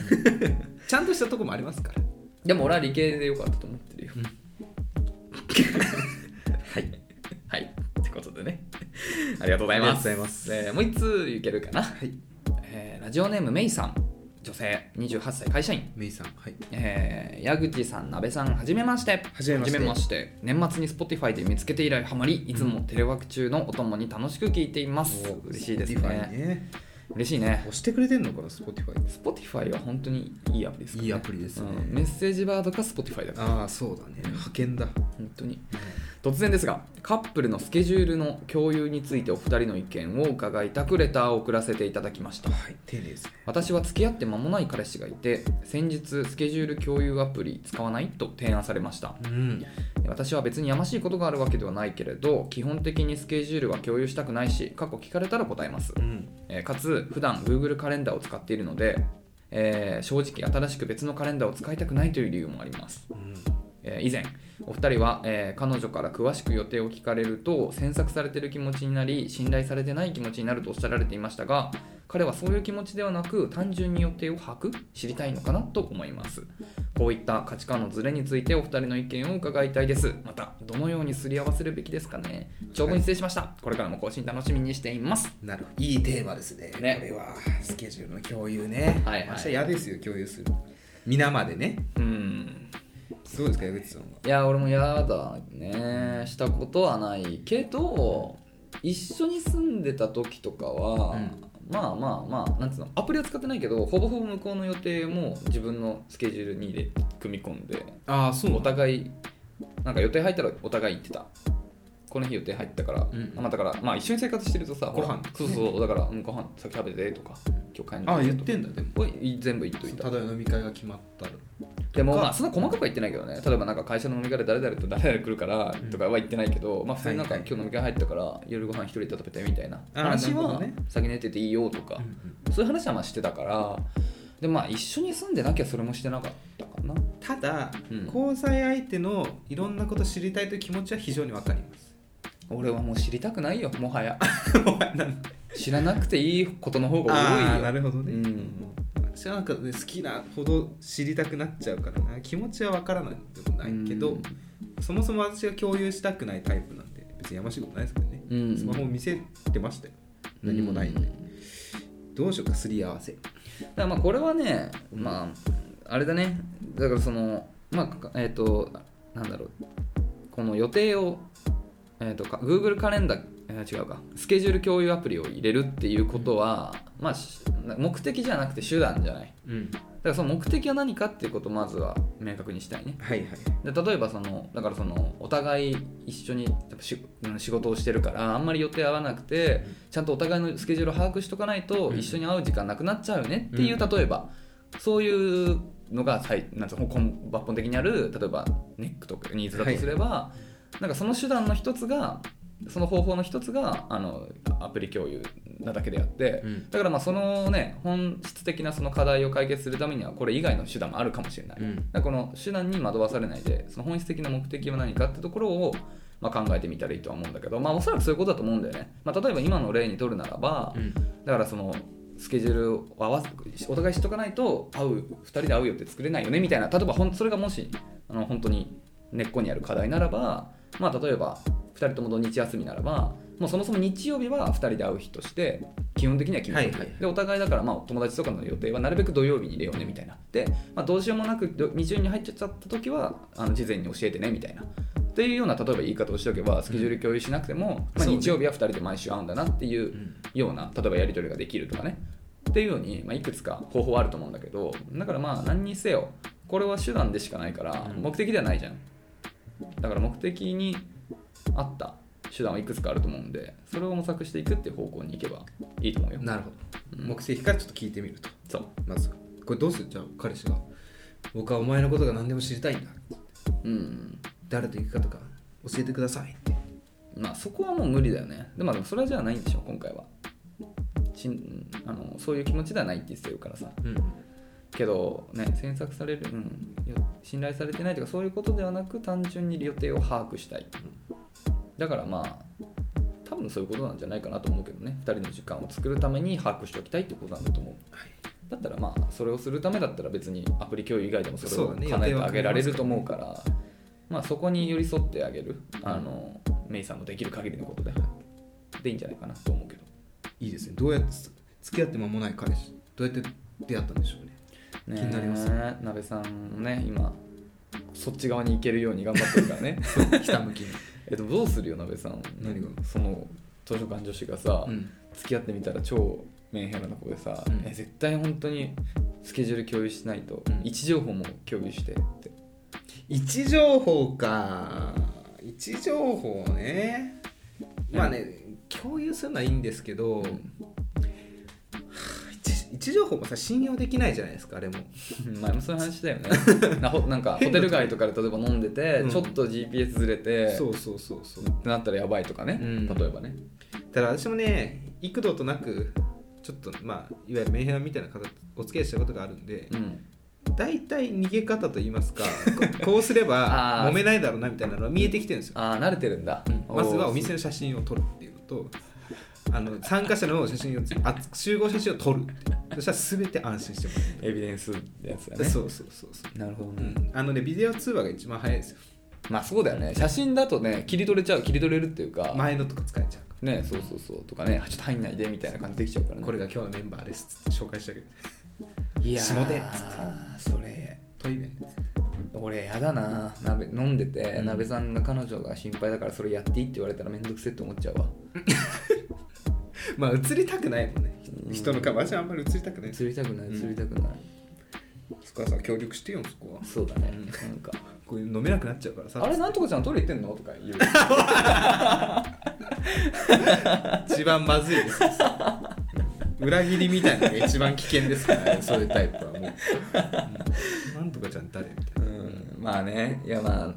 A: ちゃんとしたとこもありますから
B: でも俺は理系でよかったと思ってるよ。 <laughs> はい。はい。ってことでね。ありがとうございます。
A: ありがとうございます
B: えーもう一通いけるかな。えーラジオネーム、メイさん。女性、28歳、会社員。
A: メイさんはい
B: えー矢口さん、鍋さん、はじめまして。
A: はじめまして
B: て年末に Spotify で見つけて以来ハマり、いつもテレワーク中のお供に楽しく聞いています。嬉しいですね。
A: ね
B: 嬉しいね。
A: 押してくれてんのかな Spotify
B: Spotify は本当にいいアプリですから
A: いいアプリですね
B: うんメッセージバードか Spotify だから。
A: ああそうだね派遣だ
B: 本当に突然ですがカップルのスケジュールの共有についてお二人の意見を伺いたくレターを送らせていただきました
A: はい丁寧ですね
B: 私は付き合って間もない彼氏がいて先日スケジュール共有アプリ使わないと提案されました
A: うん
B: 私は別にやましいことがあるわけではないけれど基本的にスケジュールは共有したくないし過去聞かれたら答えます
A: うん
B: えーかつ普段 Google カレンダーを使っているので、えー正直新しく別のカレンダーを使いたくないという理由もありますえー以前お二人は、えー彼女から詳しく予定を聞かれると詮索されてる気持ちになり信頼されてない気持ちになるとおっしゃられていましたが彼はそういう気持ちではなく単純に予定を把握知りたいのかなと思いますこういった価値観のズレについてお二人の意見を伺いたいですまたどのようにすり合わせるべきですかね長文失礼しました、これからも更新楽しみにしています
A: なるほどいいテーマですね
B: ね
A: これはスケジュールの共有ね
B: はいはい
A: 明日嫌ですよ共有する皆までね
B: うん
A: どうですか江口さんはい
B: や俺も嫌だねしたことはないけど一緒に住んでた時とかは、
A: うん
B: まあまあまあなんつうのアプリは使ってないけどほぼほぼ向こうの予定も自分のスケジュールに入れ組み込んで
A: ああそ
B: お互いなんか予定入ったらお互い行ってたこの日予定入ったから、
A: うん
B: あまあだからまあ一緒に生活してるとさ
A: ご飯
B: そうそうそうだから、うん、ご飯先食べてとか今日買いに
A: ああ言っ
B: 行くとか
A: てんだでも
B: これい全部言っといた
A: ただ飲み会が決まったら
B: でもまあそんな細かくは言ってないけどね例えばなんか会社の飲み会で誰々と誰々来るからとかは言ってないけど、まあ普通になんか
A: はい
B: 今
A: はい
B: 日飲み会入ったから夜ご飯一人で食べてみたいな
A: あー
B: 話
A: なるほ
B: は
A: どね
B: 先寝てていいよとか、そういう話はまあしてたからでまあ一緒に住んでなきゃそれもしてなかったかな
A: ただ、
B: うん
A: 交際相手のいろんなこと知りたいという気持ちは非常にわかります
B: 俺はもう知りたくないよも
A: <laughs>
B: はや
A: お前なんだ
B: 知らなくていいことの方が
A: あ
B: 多
A: ー
B: い
A: な
B: よ
A: るほどね、
B: うん
A: 私はなんか、ね、好きなほど知りたくなっちゃうからな気持ちはわからないでもないけど、
B: うん
A: そもそも私が共有したくないタイプなんで別にやましいことないですけどね、
B: うん
A: スマホを見せてましたよ何もないんで、どうしようかすり合わせ
B: だからまあこれはねまああれだねだからそのまあかえっ、となんだろうこの予定を、えー、とか Google カレンダー、えー違うかスケジュール共有アプリを入れるっていうことは、まあ、し目的じゃなくて手段じゃない
A: うん
B: だからその目的は何かっていうことをまずは明確にしたいね
A: はいはい
B: で例えばそのだからそのお互い一緒にやっぱしうん仕事をしてるからあんまり予定合わなくてちゃんとお互いのスケジュールを把握しとかないと
A: うん
B: 一緒に会う時間なくなっちゃうよねっていう
A: う
B: 例えばそういうのが最なんつうの根抜本的にある例えばネックとかニーズだとすれば、なんかその手段の一つがその方法の一つがあのアプリ共有なだけであって、
A: うん
B: だからまあそのね本質的なその課題を解決するためにはこれ以外の手段もあるかもしれない。
A: うん
B: だからこの手段に惑わされないでその本質的な目的は何かってところを、まあ、考えてみたらいいとは思うんだけど、まあ、おそらくそういうことだと思うんだよね、まあ、例えば今の例にとるならば
A: うん
B: だからそのスケジュールを合わせお互い知っとかないと会う2人で会うよって作れないよねみたいな例えばほんそれがもしあの本当に根っこにある課題ならば、まあ、例えば2人とも土日休みならばもうそもそも日曜日は2人で会う日として基本的には決めておく
A: はいはい
B: でお互いだからまあ友達とかの予定はなるべく土曜日に入れようねみたいなで、まあ、どうしようもなくど日曜に入っちゃった時はあの事前に教えてねみたいなっていうような例えば言い方をしておけばスケジュール共有しなくても、ま
A: そう
B: あ、
A: ね
B: 日曜日は2人で毎週会うんだなっていう
A: うん
B: ような例えばやり取りができるとかねっていうように、まあ、いくつか方法はあると思うんだけどだからまあ何にせよこれは手段でしかないから
A: うん
B: 目的ではないじゃんだから目的に合った手段はいくつかあると思うんでそれを模索していくっていう方向に行けばいいと思うよ
A: なるほど
B: うん
A: 目的からちょっと聞いてみると
B: そう
A: まずこれどうするじゃあ彼氏が僕はお前のことが何でも知りたいんだ
B: うん
A: 誰と行くかとか教えてくださいって
B: まあそこはもう無理だよねでもまあでもそれじゃないんでしょ今回はしんあのそういう気持ちではないって言ってるからさ
A: うん
B: けどね詮索される、うん、よ信頼されてないとかそういうことではなく単純に予定を把握したいだからまあ多分そういうことなんじゃないかなと思うけどね2人の時間を作るために把握しておきたいってことなんだと思う
A: はい
B: だったらまあそれをするためだったら別にアプリ共有以外でもそれ
A: そ
B: を
A: うだね
B: 叶え
A: 予定
B: て
A: は
B: あげられると思うからまあそこに寄り添ってあげるあのメイさんのできる限りのことででいいんじゃないかなと思うけど
A: いいですねどうやって付き合って間もない彼氏どうやって出会ったんでしょうね
B: ね
A: 気になります
B: ね鍋さんもね今そっち側に行けるように頑張って
A: <laughs>
B: るからね
A: 北向きに、
B: <laughs> えっとどうするよ鍋さん
A: 何が
B: その図書館女子がさ、
A: うん、
B: 付き合ってみたら超メンヘラな子でさ、
A: うん
B: え絶対本当にスケジュール共有しないと、
A: うん
B: 位置情報も共有し
A: <laughs>
B: てって
A: 位置情報か位置情報ねまあね共有するのはいいんですけど、
B: う
A: はあ
B: ん
A: 位置位置情報もさ信用できないじゃないですかあれも
B: 前もそういう話だよね <laughs> なほなんかホテル街とかで例えば飲んでて、
A: うん
B: ちょっと GPS ずれて
A: そうそうそうそう
B: ってなったらやばいとかね、
A: うん
B: 例えばね
A: ただ私もね幾度となくちょっとまあいわゆるメンヘラみたいな方とお付き合いしたことがあるんで、
B: うん
A: 大体逃げ方と言いますかここ <laughs> うすれば
B: あー
A: 揉めないだろうなみたいなのが見えてきてるんですよ
B: ああ慣れてるんだ、
A: まずはお店
B: の
A: の写真を撮るっていうのとあの参加者の写真をあ集合写真を撮るってそしたら全て安心してもら
B: エビデンスってやつだ
A: え
B: ね
A: るそうそうそうそう、
B: なるほど
A: う
B: ね、
A: ん、あのねビデオ通話が一番早いですよ
B: まあそうだよね写真だとね切り取れちゃう切り取れるっていうか
A: 前のとか使えちゃうか
B: ねそうそうそうとかねあちょっと入んないでみたいな感じできちゃうから
A: ら
B: ね
A: これが今日のメンバーですって紹介したけど
B: いやー
A: 下手っ
B: それ
A: トイレ
B: 俺やだな鍋飲んでて、
A: うん
B: 鍋さんが彼女が心配だからそれやっていいって言われたらめんどくせえって思っちゃうわ
A: まあ映りたくないもんね
B: うん
A: 人の顔私はあんまり映りたくない
B: 釣りたくない
A: うん
B: 釣りたくない、
A: そこはさ協力してよそこは
B: そうだね、
A: うん
B: なんか
A: こういう飲めなくなっちゃうからさ
B: あれなんとかちゃんトイレ行ってんのとか言う
A: 一番まずい <laughs> ですよ裏切りみたいなのが一番危険ですからね <laughs> そういうタイプはもう、うんなんとかちゃん誰みたいな
B: うんまあねいやまあ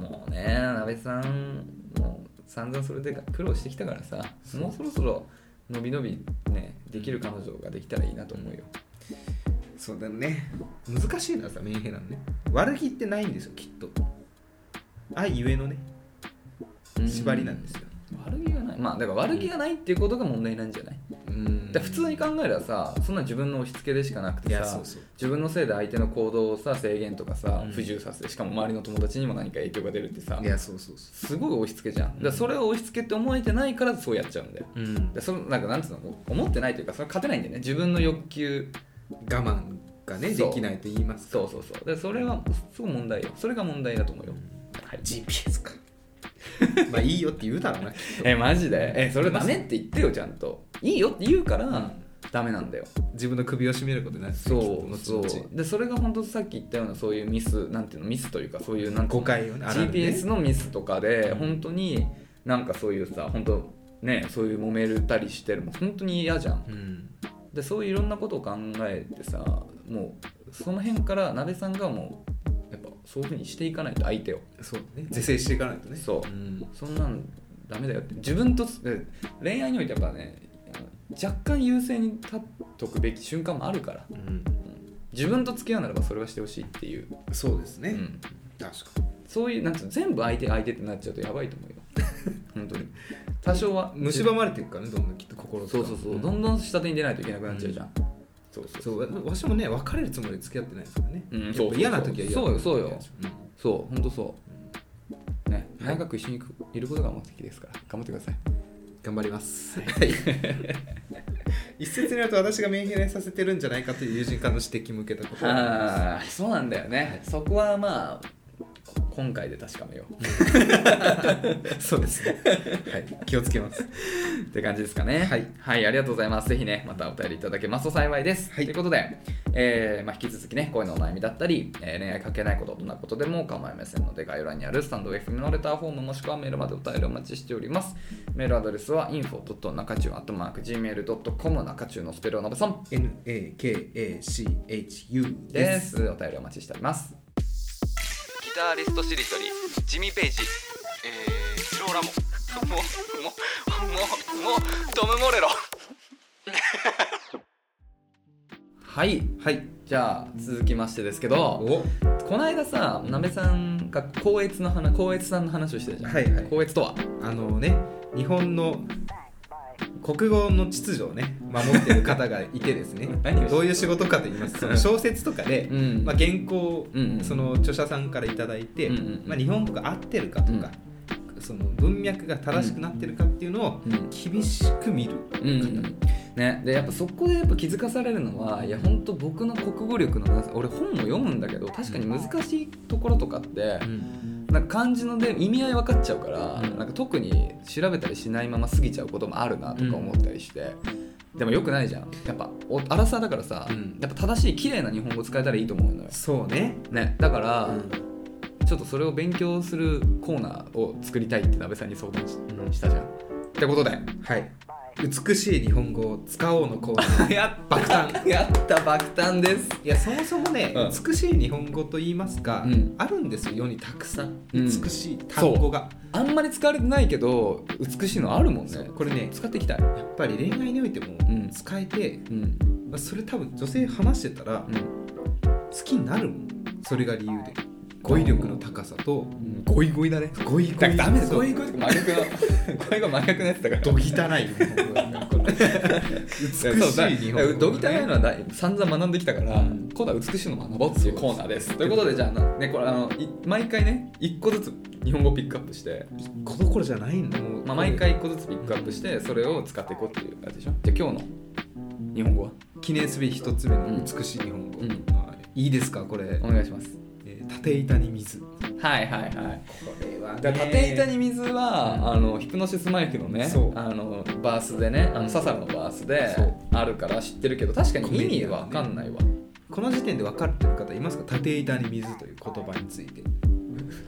B: もうね鍋さんもう散々それで苦労してきたからさもうそろそろ伸び伸びねできる彼女ができたらいいなと思うよ、
A: そうだね難しいのはさメンヘラのね悪気ってないんですよきっと愛ゆえのね
B: う
A: 縛りなんですよ
B: 悪気がないまあだから悪気がないっていうことが問題なんじゃない、
A: うん
B: だから普通に考えればさそんな自分の押し付けでしかなく
A: い
B: て
A: や
B: さ
A: そうそう
B: 自分のせいで相手の行動をさ制限とかさ
A: うん
B: 不自由させてしかも周りの友達にも何か影響が出るってさ
A: いやそうそうそ
B: すごい押し付けじゃんだからそれを押し付けって思えてないからそうやっちゃうんだよ
A: う、うん
B: で、そのなんかなんつうの思ってないというかそれ勝てないんだよね自分の欲求
A: 我慢がね
B: そう
A: できないと言います
B: そうそうそうでそれはすごい問題よそれが問題だと思うよ、はい、
A: GPS か <laughs> まあいいよって言うだろうなきっと
B: えマジでえそれダメって言ってよちゃんといいよって言うからダメなんだよ
A: 自分の首を絞めることになる
B: そうそう
A: 後々
B: でそれが本当さっき言ったようなそういうミスなんていうのミスというかそういうなんていう
A: 誤
B: の
A: 解をねあらぬね
B: GPS のミスとかで本当になんかそういうさ本当ねそういう揉めるたりしてるも本当に嫌じゃん
A: うん
B: でそういういろんなことを考えてさもうその辺から鍋さんがもうやっぱそういうふうにしていかないと相手を
A: そうね是正していかないとね
B: そうんそんなんダメだよって自分とえ恋愛においてやっぱね若干優勢に立っとくべき瞬間もあるから
A: うん
B: 自分と付き合うならばそれはしてほしいっていう、
A: そうですね、
B: うん
A: 確かに
B: そういうなんつうの全部相手相手ってなっちゃうとやばいと思うよ <laughs> 本当に多少は
A: 蝕まれていくからねどんどんきっと心と
B: そ
A: か
B: うそうそう、
A: ん
B: どんどん下手に出ないといけなくなっちゃうじゃん、そうそう
A: そうわわしもね別れるつもりで付き合ってないですからね、
B: うん
A: やっぱ
B: そうそうそう
A: 嫌な時は嫌
B: そうよそうよ
A: うん
B: そう本当そうね長く一緒にいることが目的ですから頑張ってください
A: 頑張ります、一説によると私がメンヘラにさせてるんじゃないかという友人からの指摘も受けたことがあります
B: ああそうなんだよねそこはまあこ今回で確かめよう <laughs>
A: そうですね。はい、気をつけます。
B: って感じですかねはい、ありがとうございますぜひねまたお便りいただけますと幸いです、
A: はい
B: ということで、えーまあ、引き続きね恋のお悩みだったり、えー恋愛かけないことどんなことでも構いませんので概要欄にあるスタンド FM のレターフォームもしくはメールまでお便りお待ちしておりますメールアドレスは info.nakachu.gmail.com 中中のスペルをのぶさん
A: N A K A C H U
B: で
A: です。
B: すお便りお待ちしておりますギタリストしりとりジミー・ペイジえー、ローラモもうもうもうもうトム・モレロはいはいじゃあ続きましてですけど
A: お、
B: この間さなべさんが光悦の話光悦さんの話をしてたじゃん、
A: はいはい
B: 光悦とは
A: あのね、日本の国語の秩序をね守ってる方がいてですね
B: <laughs> 何を
A: どういう仕事かと言いますとその小説とかで、
B: うん
A: まあ、原稿を
B: うんうん
A: その著者さんから頂いただいて、
B: うんうんうん
A: まあ、日本語が合ってるかとか、その文脈が正しくなってるかっていうのを
B: うん
A: 厳しく見る方、
B: うんね、でやっぱそこでやっぱ気づかされるのはいや本当僕の国語力のなさ俺本も読むんだけど確かに難しいところとかって、なんか漢字ので意味合い分かっちゃうから、
A: うん
B: なんか特に調べたりしないまま過ぎちゃうこともあるなとか思ったりして、でもよくないじゃんやっぱお荒さだからさ、
A: うん
B: やっぱ正しい綺麗な日本語使えたらいいと思うのよ、
A: そうね、
B: ね、だから、
A: うん
B: ちょっとそれを勉強するコーナーを作りたいって鍋さんに相談し,、
A: うん
B: したじゃんってことで
A: はい。美しい日本語を使おうのコーナー
B: <laughs> やっ
A: 爆誕。
B: やった爆誕です
A: いやそもそもね、
B: うん
A: 美しい日本語と言いますか、
B: うん
A: あるんですよ世にたくさん
B: うん
A: 美しい単語が、
B: あんまり使われてないけど美しいのあるもんね
A: これね
B: 使っていきたい
A: やっぱり恋愛においても
B: うん
A: 使えて、
B: うん
A: まあそれ多分女性話してたら
B: うん
A: 好きになるもんそれが理由で語彙力の高さと
B: ん
A: ゴイゴイだねゴイゴ
B: だか
A: イ
B: らダメです
A: そう
B: こういうこと真逆 <laughs> のこういうこと真逆のやつだから
A: ど汚い日本語だねこれ美しい日本語
B: どぎたいのはだ散々学んできたから、
A: うん
B: 今度は美しいのを学ぼうっていうコーナーですということでじゃあな、ね、これあのい毎回ね一個ずつ日本語をピックアップして、
A: こどころじゃないんだもう
B: まあ、毎回一個ずつピックアップしてそれを使っていこうっていうやつでしょじゃあ今日の日本語は
A: 記念すべき一つ目の美しい日本語、
B: うん
A: はいいいですかこれ
B: お、願いします
A: えー縦板に水
B: はいはいはい
A: これは
B: だから縦板に水は、あのヒプノシスマイクのね
A: そう
B: あのバースでねあのササのバースで
A: そう
B: あるから知ってるけど確かに意味わかんないわ、
A: この時点で分かってる方いますか縦板に水という言葉について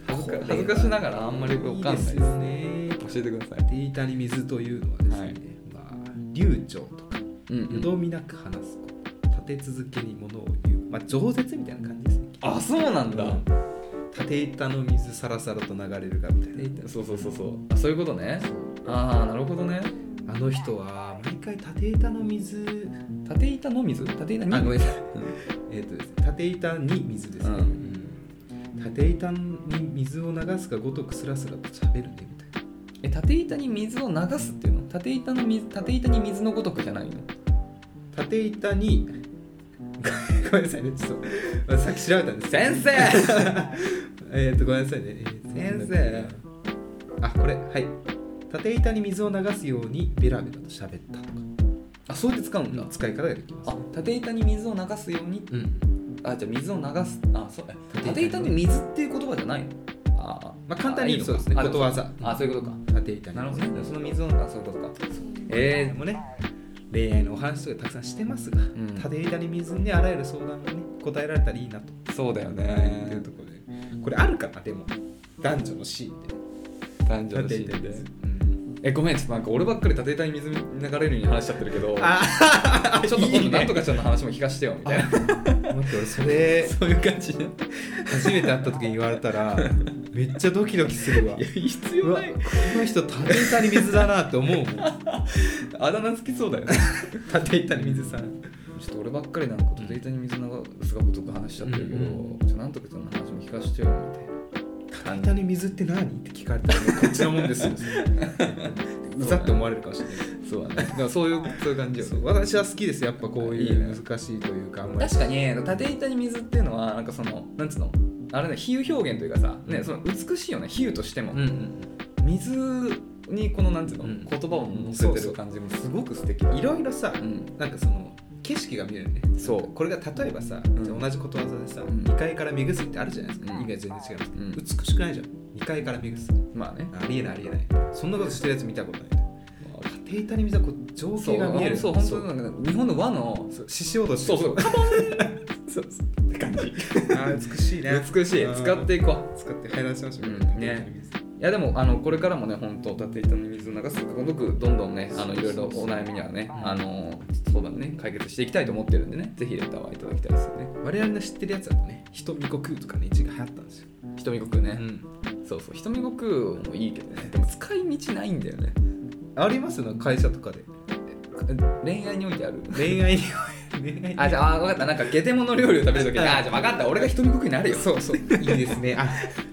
B: 恥ずか恥ずかしながらあんまりわかんないです
A: いいですよね
B: 教えてください
A: 縦板に水というのはですね、
B: はい
A: まあ流暢とか
B: うんう
A: よ
B: ん
A: どみなく話すこと立て続けにものを言うまあ饒舌みたいな感じですね
B: あそうなんだ、
A: 縦板の水さらさらと流れるがみたいな
B: そうそうそうそうあそういうことねああなるほどね
A: あの人は毎回縦板の水
B: 縦板の水縦板に
A: あごめんなさい
B: うん
A: えっ、とですね縦板に水ですね、
B: う
A: うん縦板に水を流すがごとくスラスラと喋るねみたい
B: え縦板に水を流すっていうの縦板の水縦板に水のごとくじゃないの
A: な縦板に <laughs> ごめんなさいねちょっとさっき調べたんです
B: 先生
A: えっとごめんなさいね、えー
B: 先生
A: あこれはい縦板に水を流すようにベラベラと喋ったとか
B: あそうやって使うんだ、
A: 使い方ができます
B: <laughs> あ縦板に水を流すように
A: うん
B: あじゃあ水を流すあそうえ
A: 縦板に
B: 縦板に水っていう言葉じゃないのあー
A: まあ簡単に言うとそ
B: あいいのか
A: うですね
B: あ
A: ことわざ
B: あそういうことか
A: 縦板に
B: なるほどねその水をあそういうことか
A: え
B: え
A: ー、もうね恋愛のお話とかたくさんしてますが、
B: ん
A: 縦板に水にあらゆる相談にね答えられたらいいなと
B: ー、そうだよ
A: ねってい
B: ね
A: うところでこれあるかなでも男女のシーンで
B: 男女のシーンでえごめんちょっとなんか俺ばっかり縦板に水流れるように話しちゃってるけど
A: あ
B: ちょっと今度なんとかちゃんの話も聞かせてよみたいな
A: 待って俺それ
B: そういう感じで
A: 初めて会った時に言われたらめっちゃドキドキするわ
B: 必
A: う
B: 要
A: わ
B: ない
A: この人縦板に水だなって思うもん
B: <laughs> あだ名つきそうだよね
A: 縦板に水さん
B: ちょっと俺ばっかりなんか縦板に水流すがごとく話しちゃってるけど、
A: うん
B: ちょっとなんとかちゃんの話も聞かせてよみたいな
A: 縦板に水って何って聞かれたらもうこっちのもんですようざって思われるかもしれない
B: そうだねでもそういうそういう感じよ
A: そ
B: ね
A: う私は好きですやっぱこうい
B: いいね
A: う難しいというかあんまり
B: 確かに縦板に水っていうのはなんかそのなんつうのあれね比喩表現というかさ、ね、その美しいよね比喩としても、
A: うんうん
B: 水にこのなんつうの、
A: うん
B: 言葉を乗せてる感じもすごく素敵
A: いろいろさ
B: うん
A: なんかその景色が見えるね
B: そう
A: これが例えばさ、
B: ん
A: じゃあ同じことわざでさ、
B: うん
A: 2階から目薬ってあるじゃないですか、
B: うん
A: 意味が全然違いますけど、
B: うん
A: 美しくないじゃん2階から目薬
B: まあね
A: ありえないありえないそんなことしてるやつ見たことない縦板に見たらこう情
B: そ
A: 景
B: う
A: が見える
B: そう本当になんか日本の和の
A: そう獅子落とし
B: そうそう
A: あ
B: カポンそうそうって感じ
A: ー美しいね
B: 美しい使っていこう
A: 使って入らせましょう、
B: うん
A: 縦板に
B: ね
A: 水
B: いやでもあのこれからもね本当立て板の水を流すごとくどんどんねあのいろいろお悩みにはねあの相談ね解決していきたいと思ってるんでねぜひレターはいただきたいですよね
A: 我々の知ってるやつだとね人見国とかね一時流行ったんですよ、
B: 瞳悟空ね、
A: ん
B: そうそう瞳悟空もいいけどねでも使い道ないんだよね
A: ありますの会社とかで
B: 恋愛においてある
A: 恋愛に恋愛に
B: <laughs> あじゃああ分かったなんかゲテモノ料理を食べるときにあじゃあ分かった俺が瞳悟空になるよそうそう
A: いいです
B: <laughs>
A: ねあ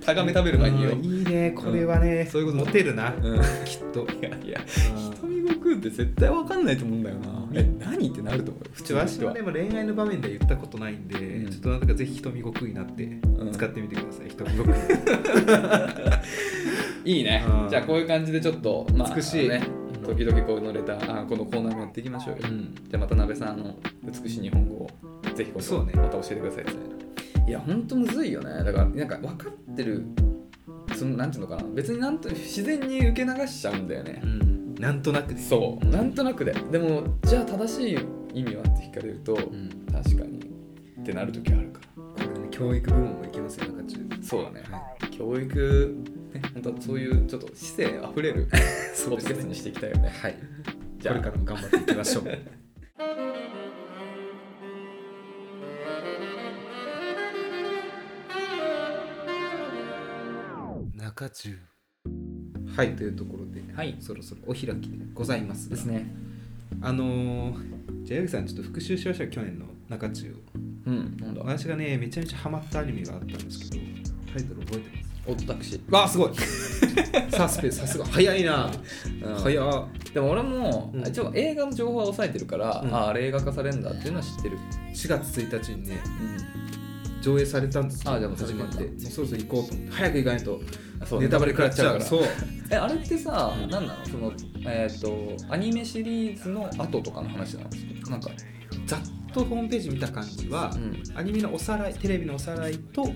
B: タガメ食べる前によ
A: うんいいねこれはね、そういうことモテるな、
B: うん
A: きっと
B: いやいや瞳悟空って絶対分かんないと思うんだよなえ何ってなると思うよ普
A: ちょ
B: の
A: 私
B: 人
A: はでも恋愛の場面では言ったことないんで、
B: うん
A: ちょっとなんとかぜひ瞳悟空になって
B: ん
A: 使ってみてください、瞳悟空
B: いいね
A: うん
B: じゃあこういう感じでちょっと、まあ、
A: 美しい
B: あのね時々こういうのレターあこのコーナーもやっていきましょうよ、
A: うん
B: じゃあまた鍋さんあの美しい日本語をぜひ今
A: そう
B: 度
A: ね
B: また教えてくださいみたいないやほんとむずいよねだからなんか分かってるそのなんていうのかな別になんと自然に受け流しち <laughs> ゃうんだよね、
A: うんなんとなくです
B: そう
A: うん
B: なんとなくででもじゃあ正しい意味はって聞かれると、
A: ん
B: 確かにってなる時あるから
A: これね教育部門もいけますよ中中
B: そうだね、
A: は
B: 教育ね本当はそういうちょっと姿勢あふれる <laughs> そうですにしていきたいよね
A: はいこ
B: じゃあ
A: れからも頑張っていきましょう中中はいというところで、
B: はい
A: そろそろお開きでございますが
B: ですね
A: あのー、じゃあ矢口さんちょっと復習しましょう去年の中中を
B: うんなんだ
A: 私がねめちゃめちゃハマったアニメがあったんですけどタイトル覚えてます
B: オットタクシー
A: わあすごい <laughs> サスペンスさすが早いな、
B: うん
A: 早っ
B: でも俺も、
A: うん
B: 一応映画の情報は抑えてるから、
A: うん
B: ああれ映画化されるんだっていうのは知ってる、
A: 4月1日にね上映されたんですよ
B: あじゃあもう
A: 始まって
B: 始
A: も
B: まっ
A: う
B: た
A: そろそろ行こうと思って早く行かないと
B: あそう
A: ネタバレ食らっちゃうから
B: そう
A: う
B: えあれってさ、なん、何なのそのえっ、とアニメシリーズの後とかの話なのなんか
A: ざっとホームページ見た感じは、
B: うん
A: アニメのおさらいテレビのおさらいと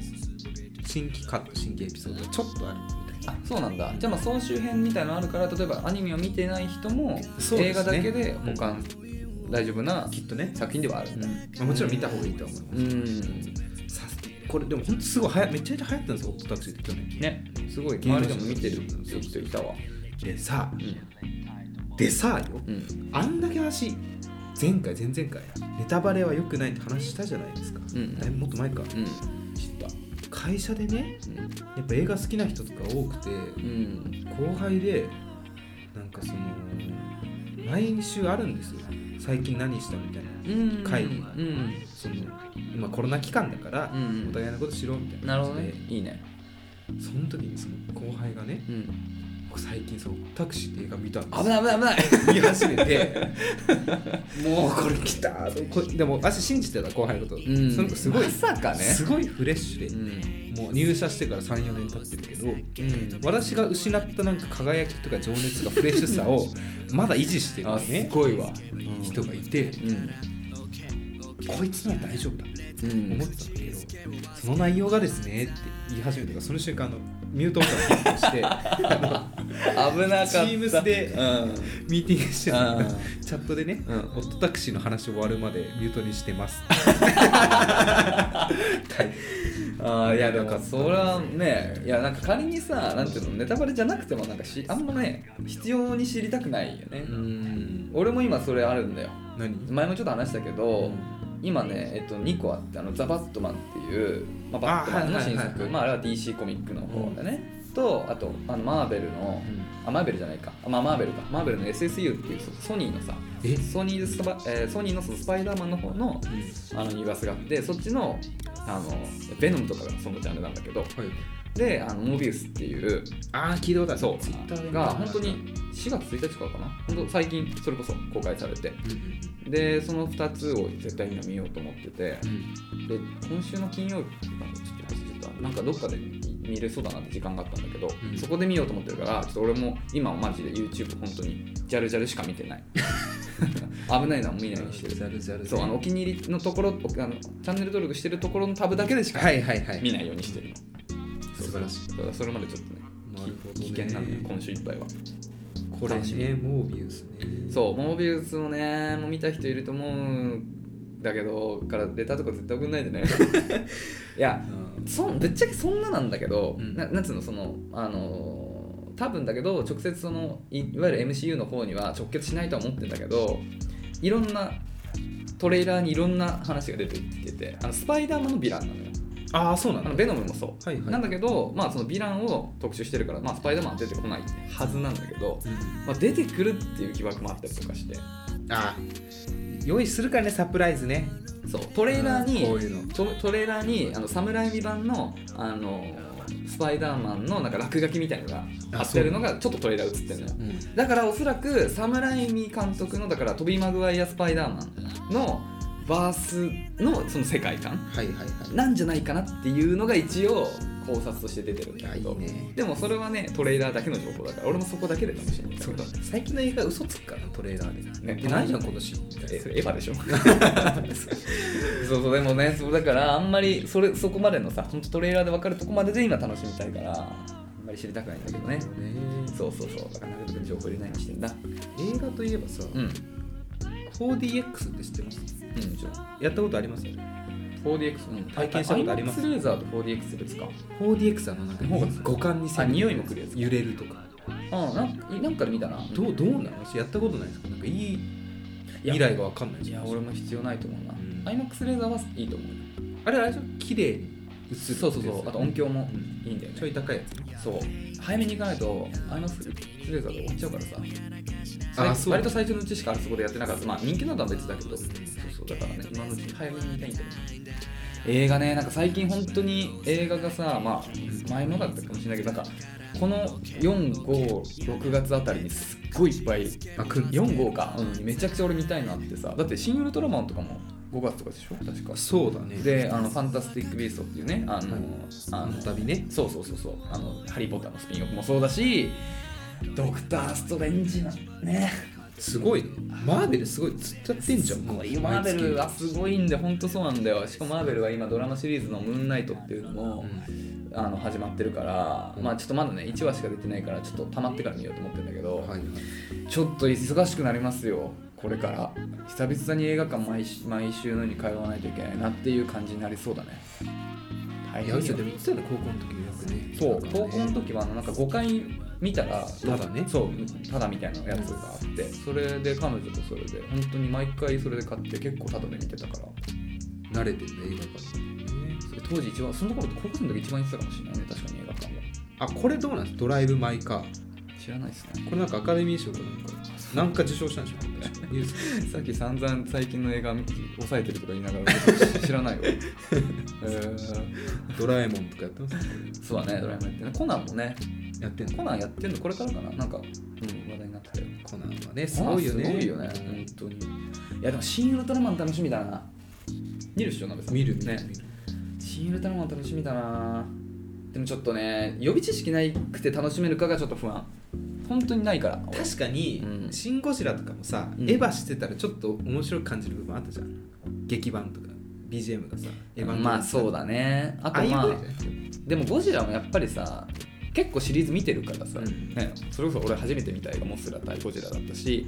A: 新規カット新規エピソードがちょっとあるみたいな
B: あそうなんだじゃあまあ総集編みたいなのあるから例えばアニメを見てない人も、
A: そうで
B: 映
A: すね
B: 画だけで保管、大丈夫な
A: きっとね、
B: 作品ではあるみたいな
A: まあ、もちろん見た方がいいとは思います、
B: うん、
A: さこれでもほんとすごいはやめちゃめちゃ流行ったんですよオットタクシーって去年
B: ねすごい周りでも見てる人いたわ
A: でさ
B: う
A: でさよ
B: ん、うん
A: あんだけ話前回前々回ネタバレは良くないって話したじゃないですか、
B: うん
A: だいぶもっと前か
B: うん、知った
A: 会社でね
B: う
A: やっぱ映画好きな人とか多くて
B: ん
A: 後輩でなんかその毎週あるんですよ最近何したみたいな
B: うん
A: 会議
B: うん
A: その今コロナ期間だから
B: うん
A: お互いのことしろみたい
B: な
A: な
B: るほ
A: 感
B: ど
A: じで、
B: ねいいね
A: その時にその後輩がね
B: うん
A: 僕最近そのタクシーって映画見たんです
B: 危ない危ない危ない
A: 言い始めて <laughs> もうこれ来たとこでも私信じてた後輩のこと、
B: うん
A: その子すごい
B: まさかね
A: すごいフレッシュ
B: う
A: で、
B: ん
A: もう入社してから34年経ってるけど
B: うん
A: 私が失ったなんか輝きとか情熱とかフレッシュさ
B: <laughs>
A: をまだ維持してる
B: あす
A: ね
B: ごいわ
A: 人がいて
B: うん
A: こいつなら大丈夫だ
B: う
A: 思っ
B: ん
A: てたんだけどその内容がですねって言い始めたからその瞬間あのミュートボタンをしてあ
B: 危なかった
A: Teams で
B: うん
A: のミーティングしてた
B: うん
A: チャットでね、
B: うん
A: オットタクシーの話終わるまでミュートにしてます
B: あーいやで
A: な
B: も
A: んか
B: それはねいやなんか仮にさなんていうのネタバレじゃなくてもなんかしあんまね必要に知りたくないよね
A: ん
B: 俺も今それあるんだよ
A: 何
B: 前もちょっと話したけ
A: う
B: ど
A: ん
B: 今ねえっと2個あってあのザ・バットマンっていう、まあ、バットマンの新
A: あはいはいはい
B: 作
A: はい
B: まああれは DC コミックの方でねとあとあのマーベルのあマーベルじゃないかあまあマーベルかマーベルの SSU っていうソソニーのさ
A: え
B: ソニースパ、えーソニーのそのスパイダーマンの方のあのユニバースがあってそっちのあのベノムとかがそのジャンルなんだけど
A: はい、
B: であのモビウスっていう
A: ああ聞いたことある
B: そ
A: Twitter で見
B: う
A: た
B: が本当に4月1日からかな本当最近それこそ公開されて
A: うんうん
B: でその2つを絶対今見ようと思ってて
A: うん
B: で今週の金曜日なんかちょっと忘れたなんかどっかで見れそうだなって時間があったんだけど、
A: うん
B: そこで見ようと思ってるからちょっと俺も今はマジで YouTube 本当にジャルジャルしか見てない
A: <laughs>
B: 危ないのは見ないようにしてる
A: ザルザル
B: そうあのお気に入りのところおあのチャンネル登録してるところのタブだけでしか
A: はいはいはい
B: 見ないようにしてるの、
A: 素晴らしい
B: だからそれまでちょっとね
A: なるほどね
B: き危険なんで今週いっぱいは
A: これ
B: 楽しみ
A: ねモービウスね
B: そうモービウスもねもう見た人いると思うんだけどから出たとこ絶対送んない
A: <laughs>
B: でねいや
A: うん
B: そんぶっちゃけそんななんだけど、
A: うん
B: ななんつうのそのあのー多分だけど直接そのいいわゆる MCU の方には直結しないとは思ってんだけどいろんなトレーラーにいろんな話が出てきててあのスパイダーマンのヴィランなのよ
A: ああそうな
B: あの
A: んだ
B: ベノムもそう、
A: はいはい
B: なんだけどまあそのヴィランを特集してるから、まあ、スパイダーマンは出てこないはずなんだけど、まあ、出てくるっていう疑惑もあったりとかして
A: あ用意するからねサプライズね
B: そうトレーラーに、
A: うんこういうの
B: トトレーラーにあの侍未版のあのスパイダーマンのなんか落書きみたいのが
A: あ
B: 貼ってあるのがちょっとトレーラー映ってるのよ
A: うん
B: だからおそらく侍未監督のだからトビー・マグワイア・スパイダーマンのバースのその世界観
A: はいはいはい
B: なんじゃないかなっていうのが一応考察として出てるんだけど
A: いやいいね
B: でもそれはねトレーラーだけの情報だから俺もそこだけで楽しみ
A: そうだ最近の映画嘘つくからトレーラーで
B: ね
A: で何じゃん今年みた
B: え
A: い
B: それエヴァで <laughs> しょそうそうでもねそうだからあんまりそれそこまでのさ本当トレーラーで分かるとこまでで今楽しみたいからあんまり知りたくないんだけどね
A: なね
B: そうそうそうだからなるべく情報入れないようにしてんだ
A: 映画といえばさ
B: うんうん
A: 4DX って知ってます
B: じゃ
A: やったことあります
B: 4DX、うん、
A: 体験したことあります
B: アイマックスレーザーと 4DX 別か
A: 4DX はあのなんか
B: ほうが
A: 五感に
B: あ匂いもくるやつ
A: 揺れるとか
B: うんなんかなんかで見たな
A: どうどうなのやったことないですかなんかいい未来がわかんない
B: い
A: じゃ
B: や
A: ん
B: 俺も必要ないと思うな、
A: ん
B: アイマックスレーザーはいいと思う
A: あれあれでしょ綺麗に映る
B: そうそうそうあと音響もいいんだよね
A: ちょい高いやつね
B: そう早めに行かないとアイマックスレーザーで終わっちゃうからさ
A: あ
B: あ
A: そう
B: 割と最初のうちしかあそこでやってなかったまあ人気なのは別だけどそうそうだからね今のうちに早めに見たいんだよね映画ねなんか最近本当に映画がさまあ前のだったかもしれないけどなんかこの456月あたりにすっごいいっぱい
A: あくん
B: 45か、うん、めちゃくちゃ俺見たいなってさだって「新ウルトラマン」とかも5月とかでしょ確か
A: そうだね
B: であの「ファンタスティック・ビースト」っていうねあの、
A: はい
B: あの
A: 旅ね
B: そうそうそうそうあの「ハリー・ポッター」のスピンオフもそうだし「ドクター・ストレンジ」なね
A: すごいねマーベルすごい釣っちゃってんじゃんもう
B: マーベルは
A: 毎
B: すごいんで本当そうなんだよしかもマーベルは今ドラマシリーズの「ムーンナイト」っていうのも、あの始まってるから、まあちょっとまだね1話しか出てないからちょっと溜まってから見ようと思ってるんだけど、
A: 月はい
B: ちょっと忙しくなりますよこれから久々に映画館毎し毎週のように通わないといけないなっていう感じになりそうだね大
A: いや
B: 変
A: 嘘
B: よ
A: でも言ってたよね高校の時よくね
B: そう
A: なんか
B: 高
A: ね
B: 校の時はあのなんか5回見たら
A: ただね
B: そうただみたいなやつがあってそれで彼女とそれで本当に毎回それで買って結構ただで見てたから
A: 慣れてるね映画館
B: それ当時一番その頃高校生の時一番行ってたかもしれないね確かに映画館も
A: あこれどうなんですドライブ・マイ・カー
B: 知らないですね
A: これなんかアカデミー賞かなんかなんか受賞したんでしょ確かニュー
B: <laughs>
A: ス
B: <laughs> さっき散々最近の映画抑えてるとか言いながら知ら <laughs> ないわ、えー
A: ドラえもんとかやってます
B: そうだね、ドラえもんやってね。コナンもね、
A: やってんの
B: コナンやってんのこれからかななんか、うん、話題になってたよ。
A: コナンはねすごいよね
B: コナンすごいよね、本当に。いや、でも、新ウルトラマン楽しみだな。見るっしょ、鍋さん。
A: 見る見る
B: ね。新ウルトラマン楽しみだな。でもちょっとね、予備知識ないくて楽しめるかがちょっと不安。本当にないから。俺
A: 確かに、
B: うん
A: シン・ゴジラとかもさ、
B: うん
A: エヴァしてたらちょっと面白く感じる部分あったじゃん劇版とか BGM がさエヴァ
B: まあそうだね。あ
A: あ
B: と
A: あいう
B: まあ
A: ぐらいじゃない
B: でもゴジラもやっぱりさ結構シリーズ見てるからさ、
A: うん
B: ね、それこそ俺初めて見た映画「モスラ対ゴジラ」だったし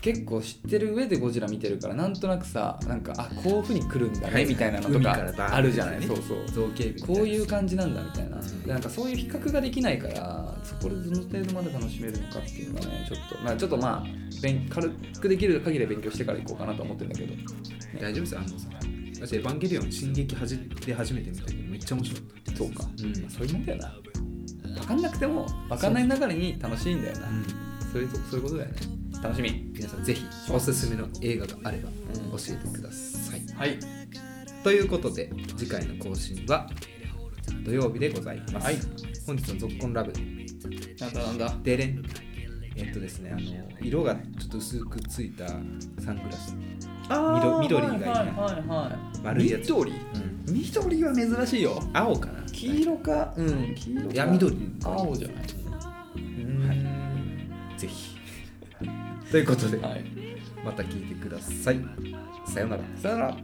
B: 結構知ってる上でゴジラ見てるからなんとなくさなんかあこういうふうに来るんだ
A: は
B: ね
A: い
B: みたいなのと
A: 海からバー
B: か
A: ッ
B: あるじゃない、
A: ね
B: そうそう
A: 造形美みたな
B: こういう感じなんだみたいな
A: うん
B: でなんかそういう比較ができないからそこでどの程度まで楽しめるのかっていうのがねちょっとまあちょっとまあ勉軽くできる限りは勉強してから行こうかなと思ってるんだけど
A: 大丈夫ですよあのさ私エヴァンゲリオン進撃はじで初めて見たけどめっちゃ面白かった
B: そうか、
A: うん
B: まあそういうもんだよな分かんなくても分かんない流れに楽しいんだよなそういうとそういうことだよね楽しみ
A: 皆さんぜひおすすめの映画があれば教えてください、
B: はい
A: ということで次回の更新は土曜日でございます、
B: はい
A: 本日の「ぞっこんラブ」
B: なんだなんだ
A: でれんえっとですねあの色がちょっと薄くついたサングラス、ー
B: 緑
A: 緑がいいな
B: はいはいはい
A: 丸いやつ
B: 緑緑は珍しいよ
A: 青かな
B: 黄色かうん黄色か
A: いや緑
B: 青じゃないうん
A: ぜ <laughs> ひということで、
B: はい
A: また聞いてくださいさようなら
B: さよなら